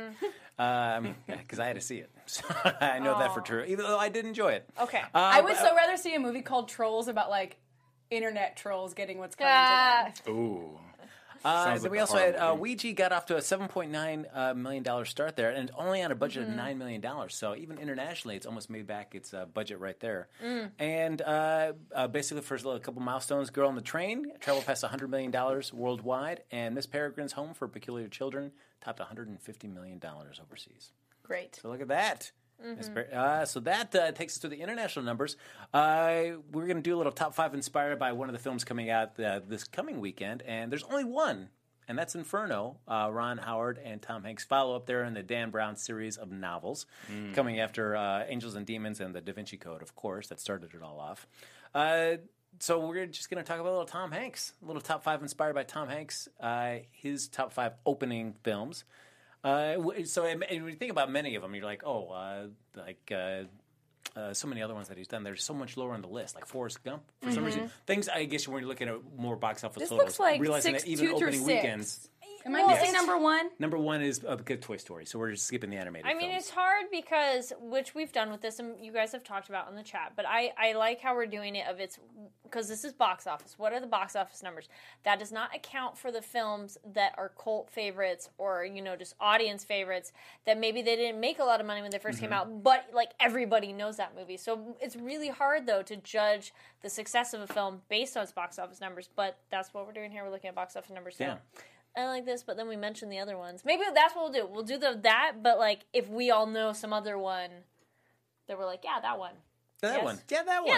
Speaker 4: Mm-hmm.
Speaker 1: because I had to see it. (laughs) So I know that for true. Even though I did enjoy it.
Speaker 4: Oh,
Speaker 3: Okay.
Speaker 1: Uh,
Speaker 4: I would
Speaker 1: but-
Speaker 4: so rather see a movie called Trolls about like internet trolls getting what's coming
Speaker 3: Ah,
Speaker 4: to them.
Speaker 5: Ooh.
Speaker 1: Uh,
Speaker 5: Sounds
Speaker 1: then
Speaker 5: like
Speaker 1: we
Speaker 5: a
Speaker 1: also
Speaker 5: horror
Speaker 1: had uh,
Speaker 5: movie.
Speaker 1: Ouija got off to a seven point nine uh, million dollar start there, and only on a budget of nine million dollars. So even internationally, it's almost made back its uh, budget right there. And uh, uh, basically, for a couple milestones, Girl on the Train traveled past hundred million dollars worldwide, and Miss Peregrine's Home for Peculiar Children topped one hundred and fifty million dollars overseas.
Speaker 4: Great.
Speaker 1: So look at that. Miss Bar- Uh, so that uh, takes us to the international numbers. Uh, we're going to do a little top five inspired by one of the films coming out uh, this coming weekend, and there's only one, and that's Inferno. Uh, Ron Howard and Tom Hanks follow up there in the Dan Brown series of novels, coming after uh, Angels and Demons and The Da Vinci Code, of course, that started it all off. Uh, so we're just going to talk about a little Tom Hanks, a little top five inspired by Tom Hanks, uh, his top five opening films. Uh, w- so and and when you think about many of them, you're like, oh, uh, like uh, uh, so many other ones that he's done. They're so much lower on the list, like Forrest Gump. For some reason, things I guess when you're looking at more box office
Speaker 4: Mm-hmm. This
Speaker 1: totals,
Speaker 4: looks like
Speaker 1: realizing
Speaker 4: six,
Speaker 1: that even
Speaker 4: two through
Speaker 1: opening
Speaker 4: six.
Speaker 1: weekends,
Speaker 4: Am I
Speaker 3: Well,
Speaker 4: missing
Speaker 3: it's-
Speaker 4: number one?
Speaker 1: number one is uh, good Toy Story. So we're just skipping the animated.
Speaker 3: I mean,
Speaker 1: films.
Speaker 3: it's hard because which we've done with this, and you guys have talked about in the chat. But I, I like how we're doing it. Of it's because this is box office. What are the box office numbers? That does not account for the films that are cult favorites or you know just audience favorites that maybe they didn't make a lot of money when they 1st came
Speaker 1: Mm-hmm.
Speaker 3: out, but like everybody knows that movie. So it's really hard though to judge the success of a film based on its box office numbers. But that's what we're doing here. We're looking at box office numbers. so-
Speaker 1: Yeah.
Speaker 3: I like this, but then we mention the other ones. Maybe that's what we'll do. We'll do the that, but like if we all know some other one that we're like, yeah, that one.
Speaker 1: that
Speaker 3: yes.
Speaker 1: one. Yeah, that one.
Speaker 3: Yeah,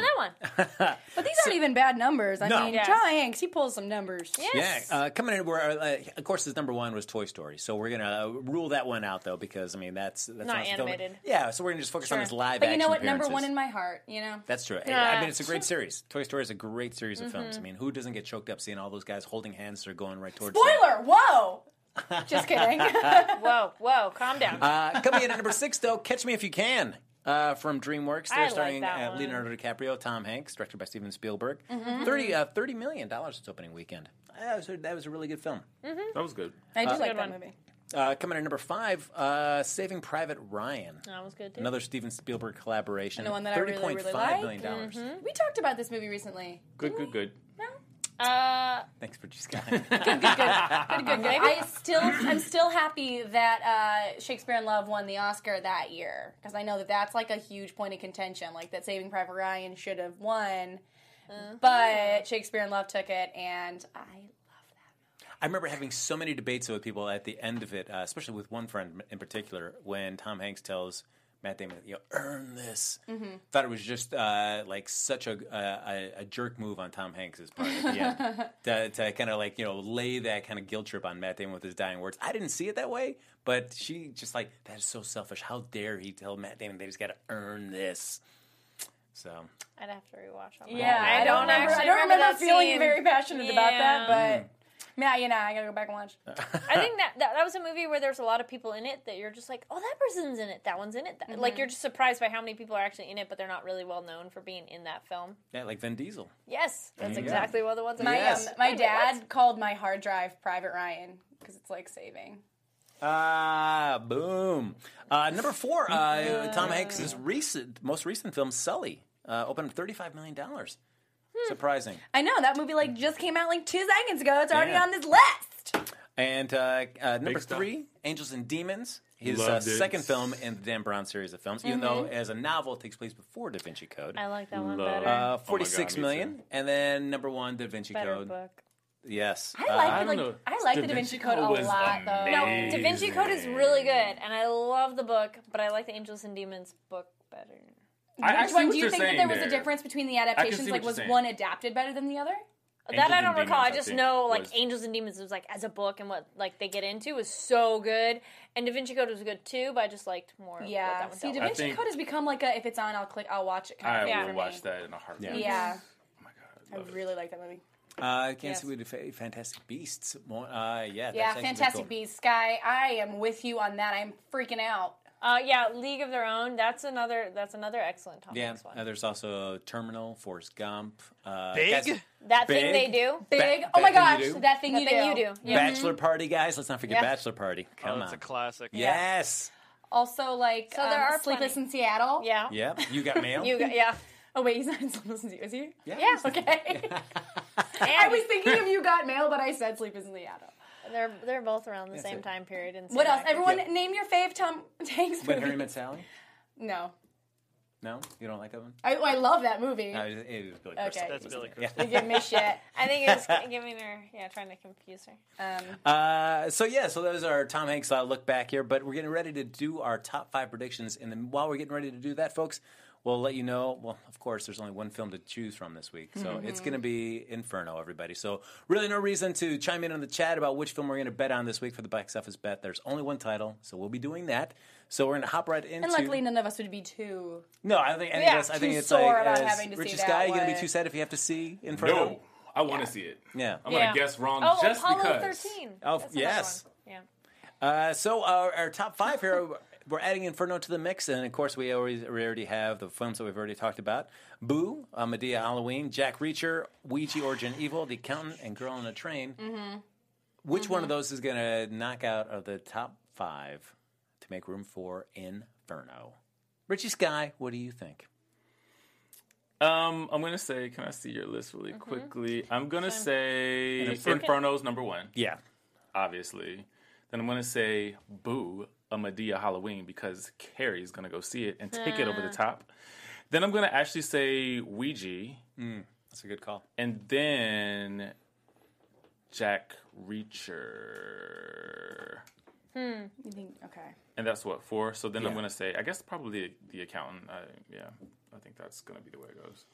Speaker 3: that one.
Speaker 4: But these aren't even bad numbers. I
Speaker 1: No.
Speaker 4: mean,
Speaker 3: Yeah.
Speaker 4: Tom Hanks, he pulls some numbers.
Speaker 1: Yeah,
Speaker 3: Yes.
Speaker 1: uh, coming in. Where, uh, of course, his number one was Toy Story, so we're gonna uh, rule that one out though, because I mean that's that's
Speaker 3: Not
Speaker 1: a film.
Speaker 3: animated.
Speaker 1: Yeah, so we're gonna just focus on
Speaker 3: Sure.
Speaker 1: his live.
Speaker 4: But you know
Speaker 1: action
Speaker 4: what? Number
Speaker 1: appearances.
Speaker 4: one in my heart, you know?
Speaker 1: That's true. I- I
Speaker 3: Yeah.
Speaker 1: mean, it's a great series. Toy Story is a great series of
Speaker 4: Mm-hmm.
Speaker 1: films. I mean, who doesn't get choked up seeing all those guys holding hands or going right towards? them?
Speaker 4: Spoiler! Whoa!
Speaker 1: (laughs)
Speaker 4: Just (laughs) kidding.
Speaker 3: (laughs) whoa, whoa, calm down.
Speaker 1: Uh, coming in at number six, though, Catch Me If You Can. Uh, from DreamWorks,
Speaker 3: I
Speaker 1: they're
Speaker 3: like
Speaker 1: starring
Speaker 3: that
Speaker 1: uh,
Speaker 3: one.
Speaker 1: Leonardo DiCaprio, Tom Hanks, directed by Steven Spielberg.
Speaker 4: Mm-hmm.
Speaker 1: Thirty uh, $30 million dollars its opening weekend. That was, a, that was a really good film.
Speaker 5: That was good.
Speaker 4: I do like
Speaker 3: good
Speaker 4: that
Speaker 3: one.
Speaker 4: movie.
Speaker 1: Uh, coming in at number five, uh, Saving Private Ryan.
Speaker 3: that was good. Too.
Speaker 1: Another Steven Spielberg collaboration.
Speaker 4: And the one that I really, really like. Mm-hmm.
Speaker 1: dollars.
Speaker 4: We talked about this movie recently.
Speaker 5: Good, good, good.
Speaker 4: No?
Speaker 3: Uh,
Speaker 1: Thanks for just (laughs) kind.
Speaker 4: Good,
Speaker 1: (laughs)
Speaker 4: good, good. good, good, good. I still, I'm still happy that uh, Shakespeare in Love won the Oscar that year because I know that that's like a huge point of contention. Like that Saving Private Ryan should have won,
Speaker 3: Uh-huh.
Speaker 4: but Shakespeare in Love took it, and I
Speaker 1: I remember having so many debates with people at the end of it, uh, especially with one friend in particular, when Tom Hanks tells Matt Damon, "You know, earn this." Thought it was just uh, like such a, uh, a a jerk move on Tom Hanks's part at the end to, to kind of like you know lay that kind of guilt trip on Matt Damon with his dying words. I didn't see it that way, but she just like that is so selfish. How dare he tell Matt Damon they just got to earn this? So
Speaker 3: I'd have to rewatch that. one.
Speaker 4: Yeah, I, don't, remember. I
Speaker 3: actually
Speaker 4: don't remember,
Speaker 3: that
Speaker 4: feeling
Speaker 3: scene.
Speaker 4: very passionate about that,
Speaker 1: (laughs)
Speaker 3: Yeah.
Speaker 4: but yeah, you know, I gotta go back and watch.
Speaker 3: I think that, that that was a movie where there's a lot of people in it that you're just like, oh, that person's in it, that one's in it. That, Like you're just surprised by how many people are actually in it, but they're not really well known for being in that film.
Speaker 1: yeah, like Vin Diesel.
Speaker 3: Yes, that's
Speaker 1: you go.
Speaker 3: exactly what the ones.
Speaker 4: My
Speaker 1: Yes.
Speaker 4: um, my
Speaker 3: Wait,
Speaker 4: dad
Speaker 3: what?
Speaker 4: called my hard drive Private Ryan because it's like saving.
Speaker 1: Ah, boom. Uh, number four, uh, Tom Hanks'
Speaker 4: Mm-hmm.
Speaker 1: recent, most recent film, Sully, uh, opened $35 million. Surprising.
Speaker 4: Hmm. I know that movie like just came out like two seconds ago. It's already
Speaker 1: Yeah.
Speaker 4: on this list.
Speaker 1: And uh, uh, number
Speaker 5: Big stuff.
Speaker 1: three, Angels and Demons, his uh,
Speaker 5: Loved it.
Speaker 1: second film in the Dan Brown series of films, even though
Speaker 4: Mm-hmm.
Speaker 1: as a novel it takes place before Da Vinci Code.
Speaker 3: I like that one
Speaker 5: Love.
Speaker 3: better.
Speaker 1: Uh,
Speaker 5: Oh my God,
Speaker 1: forty-six
Speaker 5: me
Speaker 1: million,
Speaker 5: too.
Speaker 1: and then number one, Da Vinci
Speaker 3: better
Speaker 1: Code.
Speaker 3: book.
Speaker 1: Yes, Uh,
Speaker 4: I like
Speaker 5: I
Speaker 4: it,
Speaker 5: don't
Speaker 4: like
Speaker 5: know.
Speaker 4: I like the
Speaker 5: Da
Speaker 4: Da Vinci
Speaker 5: Vinci
Speaker 4: Code
Speaker 5: Code
Speaker 4: a
Speaker 5: was
Speaker 4: lot though.
Speaker 3: No, Da Vinci Code is really good, and I love the book, but I like the Angels and Demons book better.
Speaker 5: I, I
Speaker 4: Which
Speaker 5: see
Speaker 4: one
Speaker 5: what
Speaker 4: do you
Speaker 5: you're
Speaker 4: think that
Speaker 5: saying
Speaker 4: there was a difference between the adaptations?
Speaker 5: what
Speaker 4: Like,
Speaker 5: you're
Speaker 4: was
Speaker 5: saying.
Speaker 4: one adapted better than the other?
Speaker 3: that I
Speaker 5: Angels and
Speaker 3: don't recall. I
Speaker 5: Demons, I
Speaker 3: just
Speaker 5: think,
Speaker 3: know like
Speaker 5: was-
Speaker 3: Angels and Demons was like as a book and what like they get into was so good, and Da Vinci Code was good too, but I just liked more. what
Speaker 4: Yeah.
Speaker 3: that one
Speaker 4: See,
Speaker 3: dealt
Speaker 4: Da
Speaker 3: with.
Speaker 4: Vinci
Speaker 5: think-
Speaker 4: Code has become like a if it's on, I'll click, I'll watch it kind
Speaker 5: I
Speaker 4: of thing.
Speaker 3: Yeah.
Speaker 5: will
Speaker 4: for
Speaker 5: watch
Speaker 4: me.
Speaker 5: that in a heartbeat.
Speaker 1: Yeah.
Speaker 4: Yeah,
Speaker 5: Oh my god.
Speaker 4: I
Speaker 5: love it.
Speaker 4: really like that movee.
Speaker 1: uh, can't
Speaker 3: Yes.
Speaker 1: see we did fa- Fantastic Beasts. More- Uh, yeah, that's
Speaker 4: Yeah,
Speaker 1: actually
Speaker 4: Fantastic
Speaker 1: cool.
Speaker 4: Beasts, Sky. I am with you on that. I'm freaking out.
Speaker 3: Uh, yeah, League of Their Own. That's another. That's another excellent Tom
Speaker 1: Yeah,
Speaker 3: Hanks one.
Speaker 1: uh, there's also Terminal, Forrest Gump, uh,
Speaker 6: Big?
Speaker 1: guys-
Speaker 4: Mm-hmm.
Speaker 3: that
Speaker 1: Big?
Speaker 3: thing they do.
Speaker 4: Big.
Speaker 1: That-
Speaker 4: oh my
Speaker 1: that
Speaker 4: gosh,
Speaker 1: thing you do?
Speaker 4: that thing,
Speaker 3: That
Speaker 4: you,
Speaker 3: thing
Speaker 4: do.
Speaker 3: you do. Yeah.
Speaker 1: Bachelor Party, guys. Let's not forget
Speaker 3: Yeah.
Speaker 1: Bachelor Party.
Speaker 6: Oh,
Speaker 1: Come
Speaker 6: it's
Speaker 1: on.
Speaker 6: a classic.
Speaker 1: yes.
Speaker 4: Also, like
Speaker 3: there
Speaker 4: um,
Speaker 3: are
Speaker 4: Sleepless
Speaker 3: plenty.
Speaker 4: in Seattle.
Speaker 3: Yeah.
Speaker 1: Yep. You got
Speaker 4: (laughs)
Speaker 1: mail.
Speaker 3: You got, yeah.
Speaker 4: Oh wait, he's not in Sleepless in Seattle. Is he?
Speaker 1: (laughs) yeah.
Speaker 3: Yeah.
Speaker 4: (laughs) Okay. I was thinking of you got mail, but I said Sleepless in Seattle.
Speaker 3: They're they're both around the same
Speaker 1: it.
Speaker 3: time period. And
Speaker 4: What else? Everyone,
Speaker 1: Yeah.
Speaker 4: name your fave Tom Hanks
Speaker 1: When Harry
Speaker 4: movie.
Speaker 1: Met Sally.
Speaker 4: No,
Speaker 1: No, you don't like that one.
Speaker 4: I, I love that movie.
Speaker 1: No, it was- it was Billy Crystal.
Speaker 4: Okay.
Speaker 6: That's Billy
Speaker 1: Yeah.
Speaker 6: Crystal.
Speaker 4: You give me
Speaker 3: (laughs)
Speaker 4: shit.
Speaker 3: I think it's giving her. Yeah, trying to confuse her.
Speaker 4: Um,
Speaker 1: Uh, so yeah, so those are Tom Hanks' uh, look back here, but we're getting ready to do our top five predictions, and then while we're getting ready to do that, folks, we'll let you know. Well, of course, there's only one film to choose from this week, so it's going to
Speaker 4: Mm-hmm.
Speaker 1: be Inferno, everybody. So really, no reason to chime in on the chat about which film we're going to bet on this week for the box office bet. There's only one title, so we'll be doing that. So we're going to hop right into.
Speaker 4: and luckily, none of us would be too.
Speaker 1: no, I don't think any
Speaker 4: Yeah,
Speaker 1: of us. I think
Speaker 4: too
Speaker 1: it's
Speaker 4: sore
Speaker 1: like
Speaker 4: about
Speaker 1: as
Speaker 4: having to see
Speaker 1: Richie
Speaker 4: that
Speaker 1: Sky. You're going to be
Speaker 4: one.
Speaker 1: too sad if you have to see Inferno.
Speaker 5: No, I want to see it.
Speaker 1: Yeah.
Speaker 5: I'm gonna
Speaker 3: Yeah.
Speaker 5: guess wrong
Speaker 3: Oh,
Speaker 5: just
Speaker 3: Apollo
Speaker 5: because.
Speaker 3: thirteen.
Speaker 1: Oh,
Speaker 3: That's another
Speaker 1: yes.
Speaker 3: one. Yeah.
Speaker 1: Uh, so our, our top five here, (laughs) we're adding Inferno to the mix, and of course we always we already have the films that we've already talked about: Boo, uh, Medea, Halloween, Jack Reacher, Ouija, Origin Evil, The Accountant, and Girl on a Train.
Speaker 3: Mm-hmm.
Speaker 1: Which one of those is going to knock out of the top five to make room for Inferno? Richie Sky, what do you think?
Speaker 5: Um, I'm gonna say, can I see your list really quickly? I'm gonna say Inferno's number one,
Speaker 1: Yeah,
Speaker 5: obviously. Then I'm gonna say Boo, a Medea Halloween, because Carrie's gonna go see it and take it over the top. Then I'm gonna actually say Ouija,
Speaker 1: that's a good call.
Speaker 5: and then Jack Reacher.
Speaker 4: You think, okay.
Speaker 5: And that's what four. So then I'm
Speaker 1: Yeah.
Speaker 5: gonna say, I guess probably the accountant. I, yeah, I think that's gonna be the way it goes.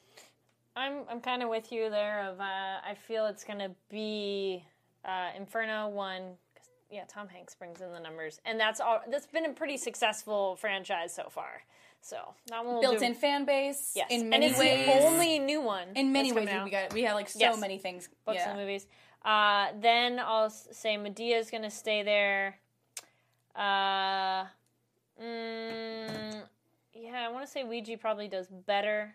Speaker 3: I'm I'm kind of with you there. Of uh, I feel it's gonna be uh, Inferno one. 'cause, Yeah, Tom Hanks brings in the numbers, and that's all. That's been a pretty successful franchise so far. So that one will do-
Speaker 4: Built-in fan base.
Speaker 3: yes,
Speaker 4: In
Speaker 3: and
Speaker 4: many
Speaker 3: it's
Speaker 4: ways.
Speaker 3: the only new one.
Speaker 4: in many
Speaker 3: that's
Speaker 4: ways,
Speaker 3: coming out.
Speaker 4: we got we have like so
Speaker 3: Yes.
Speaker 4: many things.
Speaker 3: books
Speaker 4: yeah.
Speaker 3: and movies. Uh, then I'll s- say Medea's going to stay there. Uh, mm, yeah, I want to say Ouija probably does better,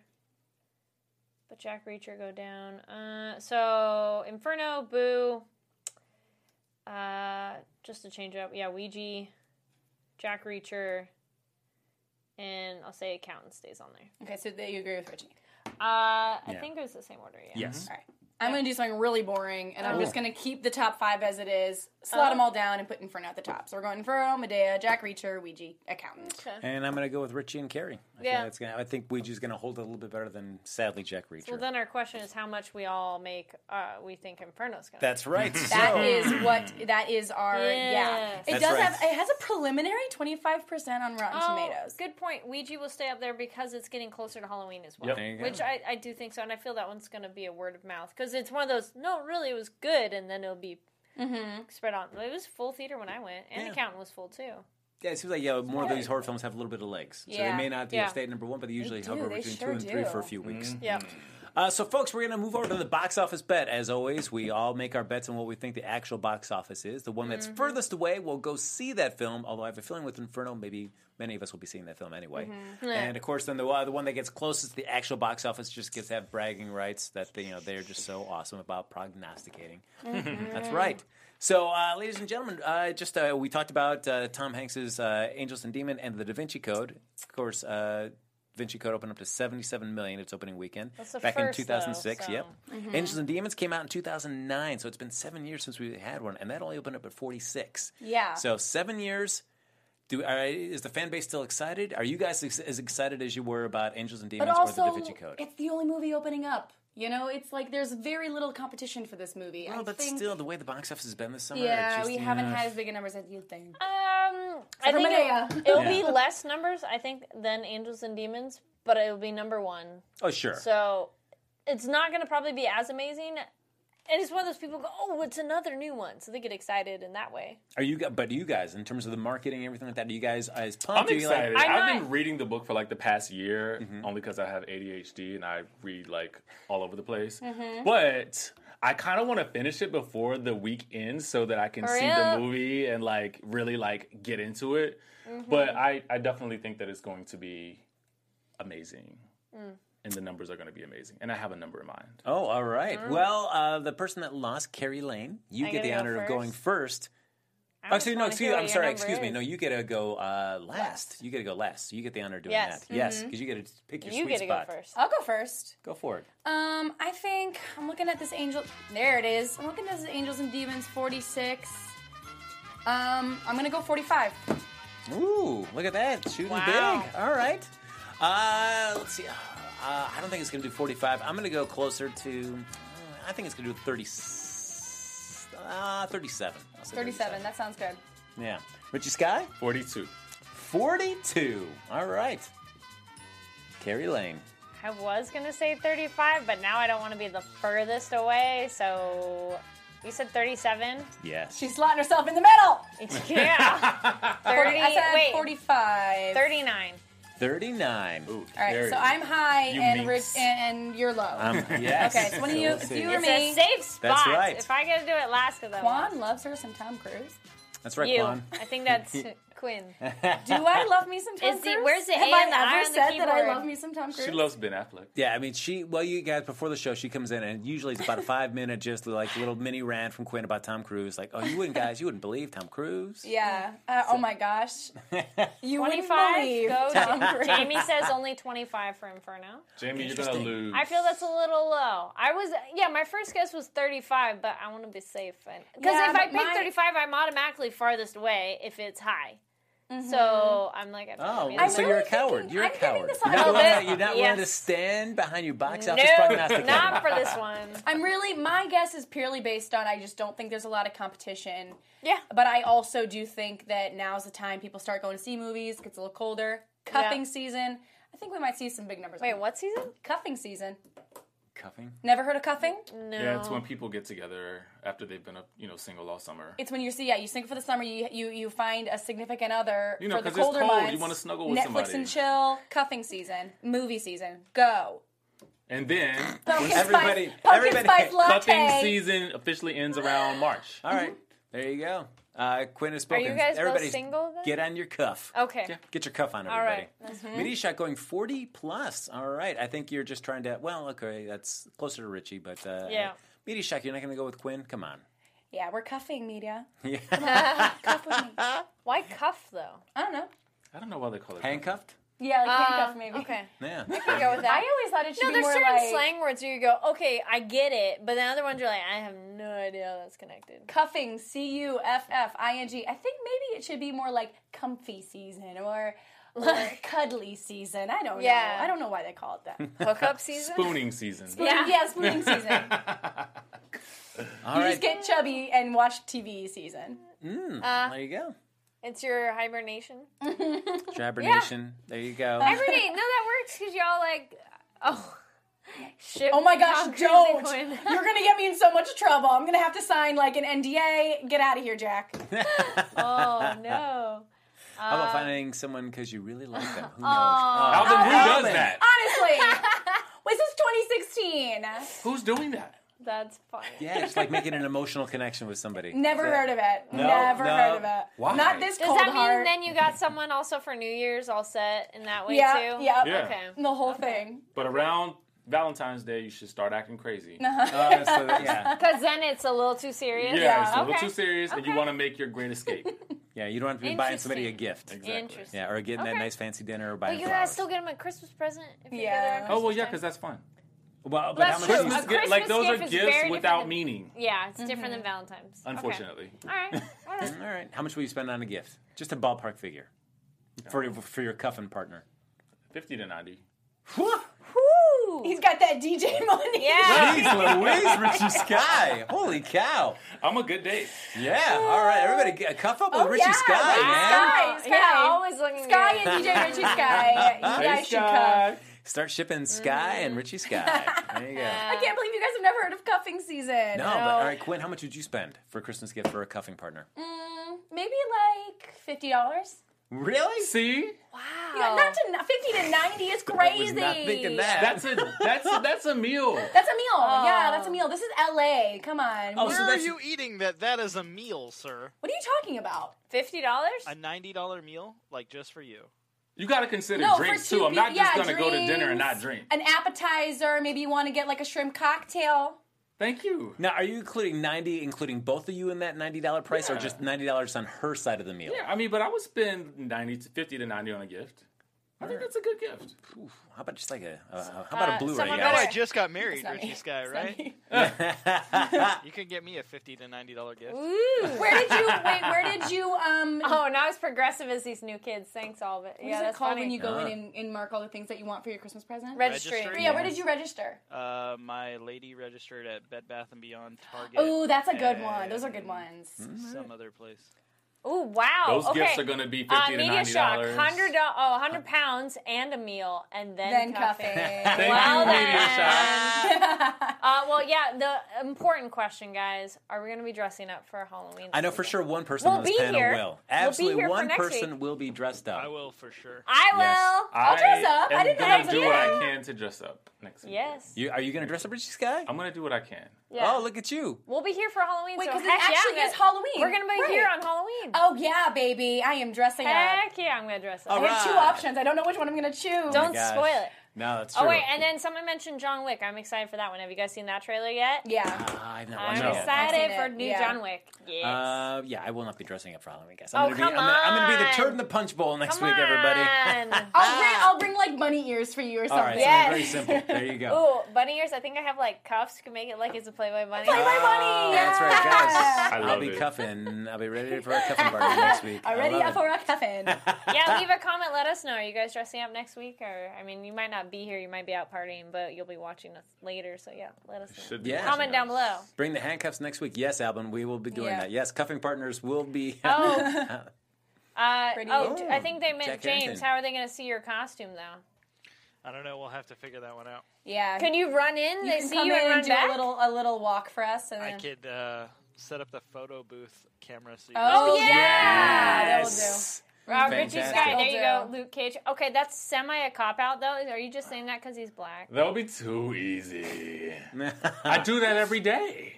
Speaker 3: but Jack Reacher go down. Uh, so Inferno, Boo. Uh, just to change it up, yeah, Ouija, Jack Reacher, and I'll say Accountant stays on there.
Speaker 4: Okay, so that you agree with Richie.
Speaker 3: Uh, I
Speaker 1: Yeah.
Speaker 3: think it was the same order. Yeah.
Speaker 1: Yes.
Speaker 4: All right. I'm going to do something really boring, and I'm just going to keep the top five as it is,
Speaker 3: Uh-huh.
Speaker 4: slot them all down, and put Inferno at the top. So we're going Inferno, Medea, Jack Reacher, Ouija, Accountant.
Speaker 1: And I'm going to go with Richie and Carrie. I
Speaker 3: Yeah.
Speaker 1: think it's gonna, I think Ouija's going to hold it a little bit better than sadly Jack Reacher.
Speaker 3: Well, then our question is how much we all make. Uh, we think Inferno's gonna.
Speaker 1: That's
Speaker 3: (laughs)
Speaker 1: right.
Speaker 4: That
Speaker 1: so,
Speaker 4: is what that is our yeah.
Speaker 3: Yes.
Speaker 4: It
Speaker 1: That's
Speaker 4: does
Speaker 1: right.
Speaker 4: have it has a preliminary 25 percent on Rotten
Speaker 3: Oh,
Speaker 4: Tomatoes.
Speaker 3: Good point. Ouija will stay up there because it's getting closer to Halloween as well,
Speaker 5: Yep. There you
Speaker 1: go.
Speaker 3: which I, I do think so, and I feel that one's gonna be a word of mouth because it's one of those. No, really, it was good, and then it'll be spread on. It was full theater when I went, and
Speaker 1: Yeah.
Speaker 3: Accountant was full too.
Speaker 1: yeah, it seems like yeah, more of these horror films have a little bit of legs. So
Speaker 4: Yeah.
Speaker 1: they may not be
Speaker 3: Yeah.
Speaker 1: a state number one, but they usually
Speaker 4: do,
Speaker 1: hover
Speaker 4: they
Speaker 1: between
Speaker 4: sure
Speaker 1: two and three
Speaker 4: do.
Speaker 1: for a few weeks.
Speaker 3: Yeah.
Speaker 1: Uh, so, folks, we're going to move over to the box office bet. As always, we all make our bets on what we think the actual box office is. The one that's furthest away will go see that film, although I have a feeling with Inferno, maybe many of us will be seeing that film anyway. And, of course, then the, uh, the one that gets closest to the actual box office just gets to have bragging rights that they, you know, they're just so awesome about prognosticating. That's right. So, uh, ladies and gentlemen, uh, just uh, we talked about uh, Tom Hanks's uh, Angels and Demon and the Da Vinci Code. Of course, uh, Da Vinci Code opened up to 77 million its opening weekend
Speaker 3: the
Speaker 1: back
Speaker 3: first, though,
Speaker 1: in 2006.
Speaker 3: so-
Speaker 1: Yep.
Speaker 4: Mm-hmm.
Speaker 1: Angels and Demons came out in 2009, so it's been seven years since we had one, and that only opened up at 46.
Speaker 4: Yeah.
Speaker 1: So seven years. Do are, is the fan base still excited? Are you guys ex- as excited as you were about Angels and Demons
Speaker 4: But also,
Speaker 1: or the Da Vinci Code?
Speaker 4: it's the only movie opening up. You know, it's like there's very little competition for this movie.
Speaker 1: Well,
Speaker 4: I
Speaker 1: but
Speaker 4: think,
Speaker 1: still, the way the box office has been this summer, it's
Speaker 4: yeah,
Speaker 1: just,
Speaker 4: we haven't
Speaker 1: yeah.
Speaker 4: had as big a numbers as you think.
Speaker 3: Um, I
Speaker 4: for
Speaker 3: think
Speaker 4: Medea.
Speaker 3: it'll, it'll be
Speaker 1: Yeah.
Speaker 3: less numbers, I think, than Angels and Demons, but it'll be number one
Speaker 1: Oh, sure.
Speaker 3: So it's not going to probably be as amazing. And it's one of those people go, oh, it's another new one. So they get excited in that way.
Speaker 1: Are you? gu- But you guys, in terms of the marketing and everything like that, are you guys as
Speaker 5: I'm
Speaker 1: pumped? Are you like-
Speaker 5: excited.
Speaker 3: I'm
Speaker 5: I've
Speaker 3: not-
Speaker 5: been reading the book for like the past year, only because I have ADHD and I read like all over the place. But I kind of want to finish it before the week ends so that I can
Speaker 3: Hurry
Speaker 5: see
Speaker 3: up.
Speaker 5: the movie and like really like get into it. But I, I definitely think that it's going to be amazing, and the numbers are going to be amazing. And I have a number in mind.
Speaker 1: oh, all right. Well, uh, the person that lost, Carrie Lane, you
Speaker 3: Mm. I
Speaker 1: get
Speaker 3: gotta
Speaker 1: the
Speaker 3: go
Speaker 1: honor of
Speaker 3: first.
Speaker 1: going first.
Speaker 3: I
Speaker 1: Actually,
Speaker 3: just
Speaker 1: no,
Speaker 3: wanna
Speaker 1: excuse.
Speaker 3: hear what
Speaker 1: I'm
Speaker 3: your
Speaker 1: sorry.
Speaker 3: number
Speaker 1: Excuse me.
Speaker 3: is.
Speaker 1: No, you get to go uh, last. You get to go last. You get the honor of doing
Speaker 3: Yes. Mm-hmm.
Speaker 1: that. Yes, because you get to pick your
Speaker 3: you
Speaker 1: sweet
Speaker 3: get to go
Speaker 1: spot.
Speaker 3: first.
Speaker 4: I'll go first.
Speaker 1: Go for it.
Speaker 4: Um, I think I'm looking at this angel. There it is. I'm looking at this Angels and Demons 46. Um, I'm gonna go 45.
Speaker 1: Ooh, look at that. Shooting
Speaker 3: Wow.
Speaker 1: big. All right. Uh, let's see. Uh, I don't think it's going to do 45. I'm going to go closer to, uh, I think it's going to do 30, uh, 37. I'll say
Speaker 4: 37. That sounds good.
Speaker 1: Yeah. Richie Sky?
Speaker 5: Forty-two.
Speaker 1: 42. All right. Carrie Lane.
Speaker 3: I was going to say 35, but now I don't want to be the furthest away. So you said 37?
Speaker 1: Yes.
Speaker 4: She's slotting herself in the middle.
Speaker 3: (laughs) yeah.
Speaker 1: (laughs)
Speaker 3: 30,
Speaker 4: I said
Speaker 3: wait,
Speaker 4: 45.
Speaker 3: 39.
Speaker 1: 39. (laughs)
Speaker 5: Ooh,
Speaker 4: All right,
Speaker 5: there
Speaker 4: so
Speaker 5: it is.
Speaker 4: I'm high
Speaker 5: You
Speaker 4: and rich,
Speaker 5: minx.
Speaker 4: and you're low.
Speaker 1: Um, yes.
Speaker 4: Okay, so one of you-
Speaker 1: we'll
Speaker 4: if
Speaker 1: see.
Speaker 4: you
Speaker 3: It's
Speaker 4: me.
Speaker 3: a safe spot.
Speaker 1: right.
Speaker 3: If I get to do it last, because I
Speaker 4: Juan
Speaker 3: want.
Speaker 4: loves her some Tom Cruise.
Speaker 1: That's right,
Speaker 3: You.
Speaker 1: Quan.
Speaker 3: I think
Speaker 1: (laughs)
Speaker 3: that's Quinn.
Speaker 4: Do I love me some Tom
Speaker 3: Is the-
Speaker 4: Cruise?
Speaker 3: where's the
Speaker 4: Have
Speaker 3: A
Speaker 4: I
Speaker 3: and the I
Speaker 4: ever
Speaker 3: on the
Speaker 4: said that I
Speaker 3: keyboard?
Speaker 4: love me some Tom Cruise?
Speaker 5: She loves Ben Affleck.
Speaker 1: Yeah, I mean, she. Well, you guys before the show, she comes in and usually it's about a five minute, just like little mini rant from Quinn about Tom Cruise. Like, oh, you wouldn't guys, you wouldn't believe Tom Cruise.
Speaker 3: Hmm.
Speaker 4: yeah. Uh, oh my
Speaker 5: (laughs)
Speaker 4: gosh. You wouldn't
Speaker 3: 25.
Speaker 4: believe (laughs)
Speaker 3: Go
Speaker 4: Tom
Speaker 3: to,
Speaker 4: Cruise.
Speaker 3: Jamie says only 25 for Inferno.
Speaker 5: Jamie, you're gonna lose.
Speaker 3: I feel that's a little low. I was yeah, my first guess was 35, but I want to be safe and because
Speaker 4: Yeah,
Speaker 3: if I
Speaker 4: but
Speaker 3: pick
Speaker 4: my-
Speaker 3: 35, I'm automatically farthest away if it's high. So I'm like, I don't
Speaker 1: Oh,
Speaker 3: wanna be
Speaker 1: well,
Speaker 3: in
Speaker 1: so
Speaker 3: the-
Speaker 1: you're a
Speaker 4: really thinking-
Speaker 1: coward. You're a
Speaker 4: I'm giving
Speaker 1: coward.
Speaker 4: this
Speaker 1: You're
Speaker 4: a
Speaker 1: not,
Speaker 4: little
Speaker 1: willing,
Speaker 3: bit-
Speaker 1: you're not willing to
Speaker 3: yes.
Speaker 1: stand behind your box office
Speaker 3: no,
Speaker 1: prognosticator.
Speaker 3: not for this one.
Speaker 4: I'm really my guess is purely based on I just don't think there's a lot of competition.
Speaker 3: Yeah,
Speaker 4: But I also do think that now's the time people start going to see movies, gets a little colder. Cuffing
Speaker 3: Yeah.
Speaker 4: season. I think we might see some big numbers.
Speaker 3: wait, what season?
Speaker 4: Cuffing season.
Speaker 1: Cuffing.
Speaker 4: Never heard of cuffing?
Speaker 3: No,
Speaker 5: Yeah, it's when people get together after they've been up, you know, single all summer.
Speaker 4: It's when you see yeah, you sing for the summer, you you, you find a significant other
Speaker 5: You know,
Speaker 4: for the
Speaker 5: 'cause it's
Speaker 4: colder
Speaker 5: cold, you
Speaker 4: months.
Speaker 5: wanna snuggle with
Speaker 4: Netflix
Speaker 5: somebody.
Speaker 4: and chill, cuffing season, movie season. Go.
Speaker 5: and then
Speaker 4: Pumpkin
Speaker 1: everybody-
Speaker 4: spice, pumpkin
Speaker 1: everybody-
Speaker 4: spice latte.
Speaker 5: cupping season officially ends around March.
Speaker 1: All right, there you go. Uh, Quinn has
Speaker 3: Are
Speaker 1: spoken.
Speaker 3: you guys both
Speaker 1: Everybody's-
Speaker 3: single then?
Speaker 1: Get on your cuff.
Speaker 3: Okay.
Speaker 1: Get your cuff on,
Speaker 3: All
Speaker 1: everybody.
Speaker 3: right. Mm-hmm.
Speaker 1: Media shot going 40 plus. All right. I think you're just trying to, well, okay, that's closer to Richie, but uh,
Speaker 3: Yeah.
Speaker 1: Media shot, you're not going to go with Quinn? Come on. (laughs)
Speaker 4: Yeah, we're cuffing media.
Speaker 1: Yeah.
Speaker 3: (laughs)
Speaker 4: Cuff with me. I
Speaker 3: Why cuff though?
Speaker 4: don't know.
Speaker 5: I don't know why they call it
Speaker 1: Handcuffed?
Speaker 4: Yeah, like handcuff
Speaker 3: Uh,
Speaker 4: maybe.
Speaker 3: Okay,
Speaker 4: (laughs)
Speaker 1: Yeah.
Speaker 3: I'll go with that.
Speaker 4: I always thought it should
Speaker 3: No,
Speaker 4: be
Speaker 3: there's
Speaker 4: more
Speaker 3: certain
Speaker 4: like
Speaker 3: slang words where you go, okay, I get it, but then other ones you're like, I have no idea how that's connected.
Speaker 1: (laughs)
Speaker 4: cuffing, C U F F I N G. I think maybe it should be more like comfy season or, or (laughs) cuddly season. I don't
Speaker 3: Yeah.
Speaker 4: know. I don't know why they call (laughs) it that.
Speaker 3: Hookup season.
Speaker 5: spooning season.
Speaker 4: yeah. spooning
Speaker 5: (laughs)
Speaker 4: season.
Speaker 1: All
Speaker 4: You
Speaker 1: right.
Speaker 4: just get chubby and watch TV season.
Speaker 3: uh,
Speaker 1: there you
Speaker 3: (laughs)
Speaker 1: go.
Speaker 3: It's your hibernation.
Speaker 1: Hibernation. There you go.
Speaker 3: Hibernate. No, that works because y'all like. Oh, shit.
Speaker 4: Oh my gosh,
Speaker 3: Tom Cruise
Speaker 4: don't!
Speaker 3: (laughs) and Quinn.
Speaker 4: (laughs) You're gonna get me in so much trouble. I'm gonna have to sign like an NDA. Get out of here, Jack.
Speaker 1: (laughs)
Speaker 3: oh no.
Speaker 1: How about finding someone because you really like them?
Speaker 3: (laughs)
Speaker 1: Who knows?
Speaker 5: Alvin, who does
Speaker 1: Alvin.
Speaker 5: that?
Speaker 4: Honestly, this is 2016.
Speaker 5: Who's doing that?
Speaker 3: That's funny.
Speaker 1: Yeah, it's like making an emotional connection with somebody.
Speaker 4: Never
Speaker 1: Is that-
Speaker 4: heard of it.
Speaker 1: No,
Speaker 4: Never
Speaker 1: no.
Speaker 4: heard of it.
Speaker 5: Why?
Speaker 4: Not this
Speaker 3: Does
Speaker 4: cold
Speaker 3: that mean
Speaker 4: hard.
Speaker 3: then you got someone also for New Year's all set in that way
Speaker 4: yeah,
Speaker 3: too?
Speaker 4: yeah,
Speaker 5: Yeah.
Speaker 3: Okay.
Speaker 4: The whole thing.
Speaker 5: But around Valentine's Day, you should start acting crazy.
Speaker 1: Oh, so
Speaker 4: (laughs)
Speaker 1: that-
Speaker 3: (laughs)
Speaker 1: yeah.
Speaker 3: Because then it's a little too serious.
Speaker 5: Yeah, it's a little
Speaker 3: Okay.
Speaker 5: too serious, and you want to make your great
Speaker 3: (laughs)
Speaker 5: escape.
Speaker 1: yeah, you don't have to be buying somebody a gift.
Speaker 5: Exactly.
Speaker 3: Interesting.
Speaker 1: Yeah, or getting that
Speaker 3: Okay.
Speaker 1: nice fancy dinner or buying
Speaker 3: But you guys
Speaker 1: flowers.
Speaker 3: still get them a Christmas present. If you're
Speaker 4: Yeah.
Speaker 3: together on
Speaker 5: oh well,
Speaker 3: Christmas
Speaker 5: yeah,
Speaker 3: time?
Speaker 5: because that's fun.
Speaker 1: well, but how
Speaker 3: That's
Speaker 1: much
Speaker 3: true.
Speaker 1: is-
Speaker 3: A Christmas
Speaker 5: like those are
Speaker 3: gift is
Speaker 5: gifts
Speaker 3: very
Speaker 5: without
Speaker 3: different than-
Speaker 5: meaning.
Speaker 3: Yeah,
Speaker 4: Mm-hmm.
Speaker 3: it's different than Valentine's. Okay.
Speaker 5: Unfortunately,
Speaker 3: All
Speaker 5: (laughs)
Speaker 3: right. All right.
Speaker 1: All right. How much will you spend on a gift? Just a ballpark figure for for your cuffing partner.
Speaker 5: fifty to ninety.
Speaker 4: He's got that DJ money.
Speaker 3: Yeah.
Speaker 1: Jeez Louise, Richie Sky. Holy cow.
Speaker 5: I'm a good date.
Speaker 1: Yeah. All right. Everybody, get a cuff up with
Speaker 4: Oh,
Speaker 1: Richie
Speaker 4: yeah,
Speaker 1: Sky,
Speaker 4: Richie
Speaker 1: man.
Speaker 4: Sky.
Speaker 3: Yeah, always looking
Speaker 4: Sky
Speaker 3: good.
Speaker 4: and DJ
Speaker 1: (laughs)
Speaker 5: (laughs)
Speaker 4: Richie Sky. You guys should come.
Speaker 1: Start shipping Sky and Richie Sky. There you go.
Speaker 4: I can't believe you guys have never heard of cuffing season.
Speaker 1: No, but all right, Quinn, how much would you spend for a Christmas gift for a cuffing partner?
Speaker 4: Mm, maybe like fifty dollars.
Speaker 1: Really?
Speaker 5: See,
Speaker 4: Not to fifty
Speaker 1: (laughs)
Speaker 4: to ninety is crazy.
Speaker 1: was not thinking that.
Speaker 5: that's a that's a, that's a meal.
Speaker 4: That's a meal. Yeah, that's a meal. This is LA. Come on.
Speaker 1: Oh,
Speaker 6: Where
Speaker 1: so
Speaker 6: are
Speaker 1: that's-
Speaker 6: you eating that? That is a meal, sir.
Speaker 4: what are you talking about?
Speaker 3: Fifty dollars?
Speaker 6: A ninety dollar meal, like just for you.
Speaker 5: You got to consider
Speaker 4: No, for
Speaker 5: drinks
Speaker 4: two
Speaker 5: too. I'm not
Speaker 4: people-
Speaker 5: just
Speaker 4: yeah,
Speaker 5: gonna go to dinner and not
Speaker 4: drinks.
Speaker 5: drink.
Speaker 4: An appetizer. Maybe you want to get like a shrimp cocktail.
Speaker 5: Thank you.
Speaker 1: Now, are you including 90, including both of you in that $90 price or
Speaker 5: Yeah.
Speaker 1: just $90 on her side of the meal?
Speaker 5: Yeah, I mean, but I would spend 90 to 50 to 90 on a gift. I think that's a good gift.
Speaker 1: How about just like a, uh, how about a Blu-ray?
Speaker 3: someone
Speaker 6: You know,
Speaker 1: guys?
Speaker 6: I
Speaker 3: better-
Speaker 6: just got married,
Speaker 4: It's not me.
Speaker 6: Richie
Speaker 4: (laughs)
Speaker 6: Sky,
Speaker 4: It's not
Speaker 6: right?
Speaker 4: me.
Speaker 6: You could get me a fifty to ninety dollar gift.
Speaker 3: Ooh.
Speaker 4: (laughs) Where did you wait? Where did you (laughs) um?
Speaker 3: Oh, now as progressive as these new kids. Thanks, all of it.
Speaker 4: what
Speaker 3: Yeah,
Speaker 4: is it
Speaker 3: that's
Speaker 4: called
Speaker 3: funny.
Speaker 4: when you go in
Speaker 1: Ah.
Speaker 4: and, and mark all the things that you want for your Christmas present?
Speaker 3: Registry.
Speaker 6: Registry.
Speaker 4: yeah, where did you register?
Speaker 6: Uh, my lady registered at Bed Bath and Beyond, Target.
Speaker 4: Oh, that's a good one. Those are good ones.
Speaker 1: Hmm.
Speaker 6: Some other place.
Speaker 3: Ooh, wow.
Speaker 4: Oh,
Speaker 5: Those
Speaker 3: okay.
Speaker 5: gifts are going to be 50
Speaker 3: uh,
Speaker 5: to
Speaker 3: media
Speaker 5: 90
Speaker 3: shock,
Speaker 5: dollars.
Speaker 3: hundred do- oh, 100 pounds and a meal, and then,
Speaker 4: Then
Speaker 1: (laughs)
Speaker 3: cuffing.
Speaker 4: cuffing.
Speaker 5: Thank
Speaker 3: Well
Speaker 5: you, media
Speaker 3: then.
Speaker 5: shock.
Speaker 3: (laughs) Uh, well, yeah. The important question, guys, are we going to be dressing up for Halloween?
Speaker 1: (laughs) I know for sure one person
Speaker 3: We'll
Speaker 1: on this
Speaker 3: be
Speaker 1: panel
Speaker 3: here. We'll
Speaker 1: will.
Speaker 3: be
Speaker 1: Absolutely,
Speaker 3: here for
Speaker 1: one
Speaker 3: next
Speaker 1: person
Speaker 3: week.
Speaker 1: will be dressed up.
Speaker 6: I will for sure.
Speaker 3: I will.
Speaker 1: Yes.
Speaker 4: I'll dress up. I
Speaker 5: am
Speaker 4: didn't know
Speaker 5: gonna
Speaker 4: that was
Speaker 5: do
Speaker 4: a
Speaker 5: what
Speaker 4: thing.
Speaker 5: I can to dress up next week.
Speaker 3: Yes.
Speaker 1: You, are you going to dress up as this guy?
Speaker 5: I'm gonna do what I can.
Speaker 3: Yeah.
Speaker 1: Oh, look at you.
Speaker 3: We'll be here for
Speaker 4: (laughs)
Speaker 3: Halloween.
Speaker 4: Wait,
Speaker 3: so
Speaker 4: 'cause it
Speaker 3: heck yeah,
Speaker 4: actually
Speaker 3: I'm
Speaker 4: is
Speaker 3: gonna-
Speaker 4: Halloween.
Speaker 3: We're gonna be
Speaker 4: Right.
Speaker 3: here on Halloween.
Speaker 4: Oh yeah, baby, I am dressing up.
Speaker 3: heck yeah, I'm gonna dress up.
Speaker 1: All
Speaker 4: I have two
Speaker 1: Right.
Speaker 4: options. I don't know which one I'm gonna choose.
Speaker 3: Don't
Speaker 1: Gosh.
Speaker 3: spoil it.
Speaker 1: No, that's true.
Speaker 3: Oh wait, and then someone mentioned John Wick. I'm excited for that one. Have you guys seen that trailer yet?
Speaker 4: Yeah.
Speaker 1: Ah, I've not
Speaker 3: I'm
Speaker 1: watched it yet.
Speaker 4: I've seen
Speaker 3: excited
Speaker 4: it,
Speaker 3: for new
Speaker 4: yeah.
Speaker 3: John Wick. Yes.
Speaker 1: Uh, yeah, I will not be dressing up for Halloween, guys.
Speaker 3: Oh,
Speaker 1: I'm gonna be,
Speaker 3: come
Speaker 1: I'm gonna, I'm gonna be the
Speaker 3: on.
Speaker 1: turd in the punch bowl next
Speaker 3: Come
Speaker 1: week, everybody. Ah.
Speaker 3: on.
Speaker 4: I'll bring I'll bring like bunny ears for you
Speaker 1: (laughs)
Speaker 4: or
Speaker 1: All
Speaker 4: something.
Speaker 1: right,
Speaker 3: Yes.
Speaker 1: so then very simple. There you go.
Speaker 3: (laughs) Ooh, bunny ears. I think I have like cuffs. You can make it like it's a Playboy bunny.
Speaker 4: Playboy
Speaker 1: Oh,
Speaker 4: bunny.
Speaker 1: That's right,
Speaker 3: (laughs)
Speaker 1: guys.
Speaker 5: I
Speaker 1: I'll
Speaker 5: love
Speaker 1: be
Speaker 5: it.
Speaker 1: cuffing. I'll be ready for a cuffing party next week. I
Speaker 4: (laughs) Already
Speaker 1: love
Speaker 4: up
Speaker 1: it.
Speaker 4: for a coffin.
Speaker 1: (laughs)
Speaker 3: yeah, leave a comment. Let us know. Are you guys dressing up next week? Or I mean, you might not be here. You might be out partying, but you'll be watching us later. So yeah, let us know.
Speaker 5: Should be
Speaker 1: Yeah.
Speaker 5: dressing
Speaker 3: Comment down
Speaker 5: up.
Speaker 3: below.
Speaker 1: Bring the handcuffs next week. Yes, Alvin, we will be doing
Speaker 4: Yeah.
Speaker 1: that. Yes, cuffing partners will be. (laughs)
Speaker 3: Oh. Uh,
Speaker 4: Pretty.
Speaker 3: oh, I think they meant
Speaker 1: Jack
Speaker 3: James.
Speaker 1: Harrington.
Speaker 3: How are they going to see your costume, though?
Speaker 6: I don't know. We'll have to figure that one out.
Speaker 4: Yeah.
Speaker 3: Can you run in?
Speaker 4: you
Speaker 3: they
Speaker 4: can
Speaker 3: see
Speaker 4: come
Speaker 3: you
Speaker 4: in
Speaker 3: and run
Speaker 4: do
Speaker 3: back.
Speaker 4: a little a little walk for us and
Speaker 6: I
Speaker 4: then
Speaker 6: could uh, set up the photo booth camera. So you
Speaker 4: Oh,
Speaker 3: yeah.
Speaker 4: yeah,
Speaker 1: Yes. (laughs)
Speaker 3: Rob Richie's
Speaker 1: Fantastic.
Speaker 3: guy. Uh, There you
Speaker 4: Will
Speaker 3: go. Luke Cage. Okay, that's semi a cop out though. Are you just saying that because he's
Speaker 1: (laughs)
Speaker 3: black?
Speaker 5: That'll be too easy. I do that every day.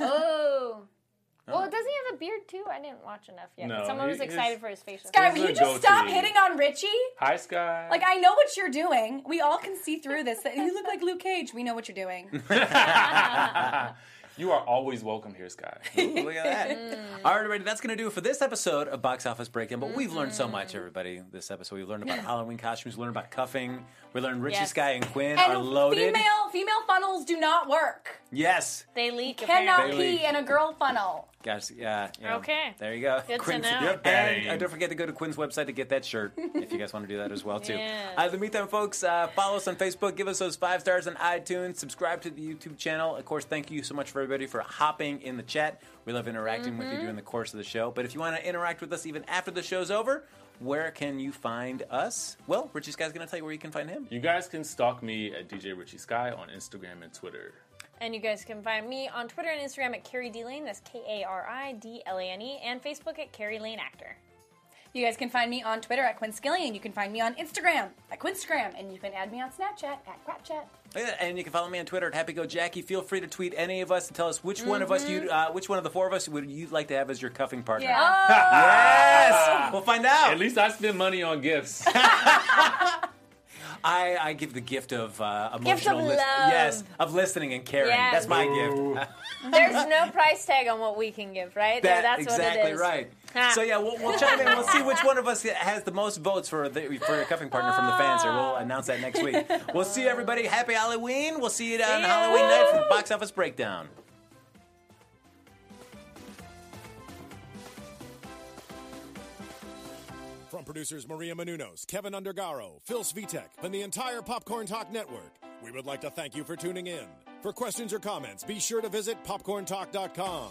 Speaker 3: oh. Well, doesn't he have a beard too? I didn't watch enough yet. but
Speaker 5: No,
Speaker 3: someone
Speaker 5: he-
Speaker 3: was excited
Speaker 5: his-
Speaker 3: for his facial.
Speaker 4: Guy,
Speaker 5: Here's
Speaker 4: will you
Speaker 5: a
Speaker 4: just stop
Speaker 5: goatee.
Speaker 4: hitting on Richie?
Speaker 5: Hi, Sky.
Speaker 4: Like (laughs) I know what you're doing. We all can see through this. You look like Luke Cage. We know what you're doing.
Speaker 5: (laughs)
Speaker 1: (laughs)
Speaker 5: you are always welcome here, Sky.
Speaker 1: Ooh, look at that. All right, everybody, that's going to do it for this episode of Box Office Breakdown. But we've learned so much, everybody, this episode. We've learned about Halloween costumes, we learned about cuffing. We learned Richie
Speaker 3: Yes.
Speaker 1: Sky and Quinn are
Speaker 4: And
Speaker 1: loaded.
Speaker 4: female female funnels do not work.
Speaker 1: Yes.
Speaker 3: They leak.
Speaker 4: Cannot
Speaker 3: apparently.
Speaker 1: Bailey.
Speaker 4: pee in a girl funnel.
Speaker 1: Guys, yeah. you know,
Speaker 3: Okay.
Speaker 1: There you go.
Speaker 3: Good to
Speaker 1: Quinn's-
Speaker 3: know. Yep.
Speaker 1: And
Speaker 5: Bang.
Speaker 1: uh, don't forget to go to Quinn's website to get that shirt if you guys want to do that as well, too.
Speaker 3: Yes.
Speaker 1: Uh, in the meantime, folks, uh, follow us on Facebook, give us those five stars on iTunes, subscribe to the YouTube channel. Of course, thank you so much for everybody for hopping in the chat. We love interacting with
Speaker 3: Mm-hmm.
Speaker 1: you during the course of the show. But if you want to interact with us even after the show's over, where can you find us? Well, Richie's guy's going to tell you where you can find him.
Speaker 5: You guys can stalk me at DJ Richie Sky on Instagram and Twitter.
Speaker 3: And you guys can find me on Twitter and Instagram at Carrie D Lane. That's K A R I D L A N E, and Facebook at Carrie Lane Actor.
Speaker 4: You guys can find me on Twitter at Quinn Skillian. You can find me on Instagram at Quinstagram, and you can add me on Snapchat at Crapchat.
Speaker 1: Yeah, And you can follow me on Twitter at HappyGoJackie. Feel free to tweet any of us and tell us which one of
Speaker 3: Mm-hmm.
Speaker 1: us you, uh, which one of the four of us would you like to have as your cuffing partner. Yes, (laughs) we'll find
Speaker 5: At
Speaker 1: out.
Speaker 5: least I spend money on gifts.
Speaker 1: I, I give the gift of uh, emotional lis-
Speaker 3: love.
Speaker 1: yes, of listening and caring.
Speaker 3: Yes.
Speaker 1: That's my
Speaker 5: Ooh.
Speaker 1: gift.
Speaker 3: There's no price tag on what we can give, right?
Speaker 1: That-
Speaker 3: That's
Speaker 1: exactly
Speaker 3: what it is.
Speaker 1: right.
Speaker 3: Ha.
Speaker 1: So yeah, we'll, we'll chime in. We'll see which one of us has the most votes for the, for a cuffing partner from the fans, or we'll announce that next week. We'll see you, everybody. Happy Halloween. We'll see you on
Speaker 3: ya.
Speaker 1: Halloween night for the box office breakdown.
Speaker 2: From producers Maria Menunos, Kevin Undergaro, Phil Svitek, and the entire Popcorn Talk Network, we would like to thank you for tuning in. For questions or comments, be sure to visit popcorntalk.com.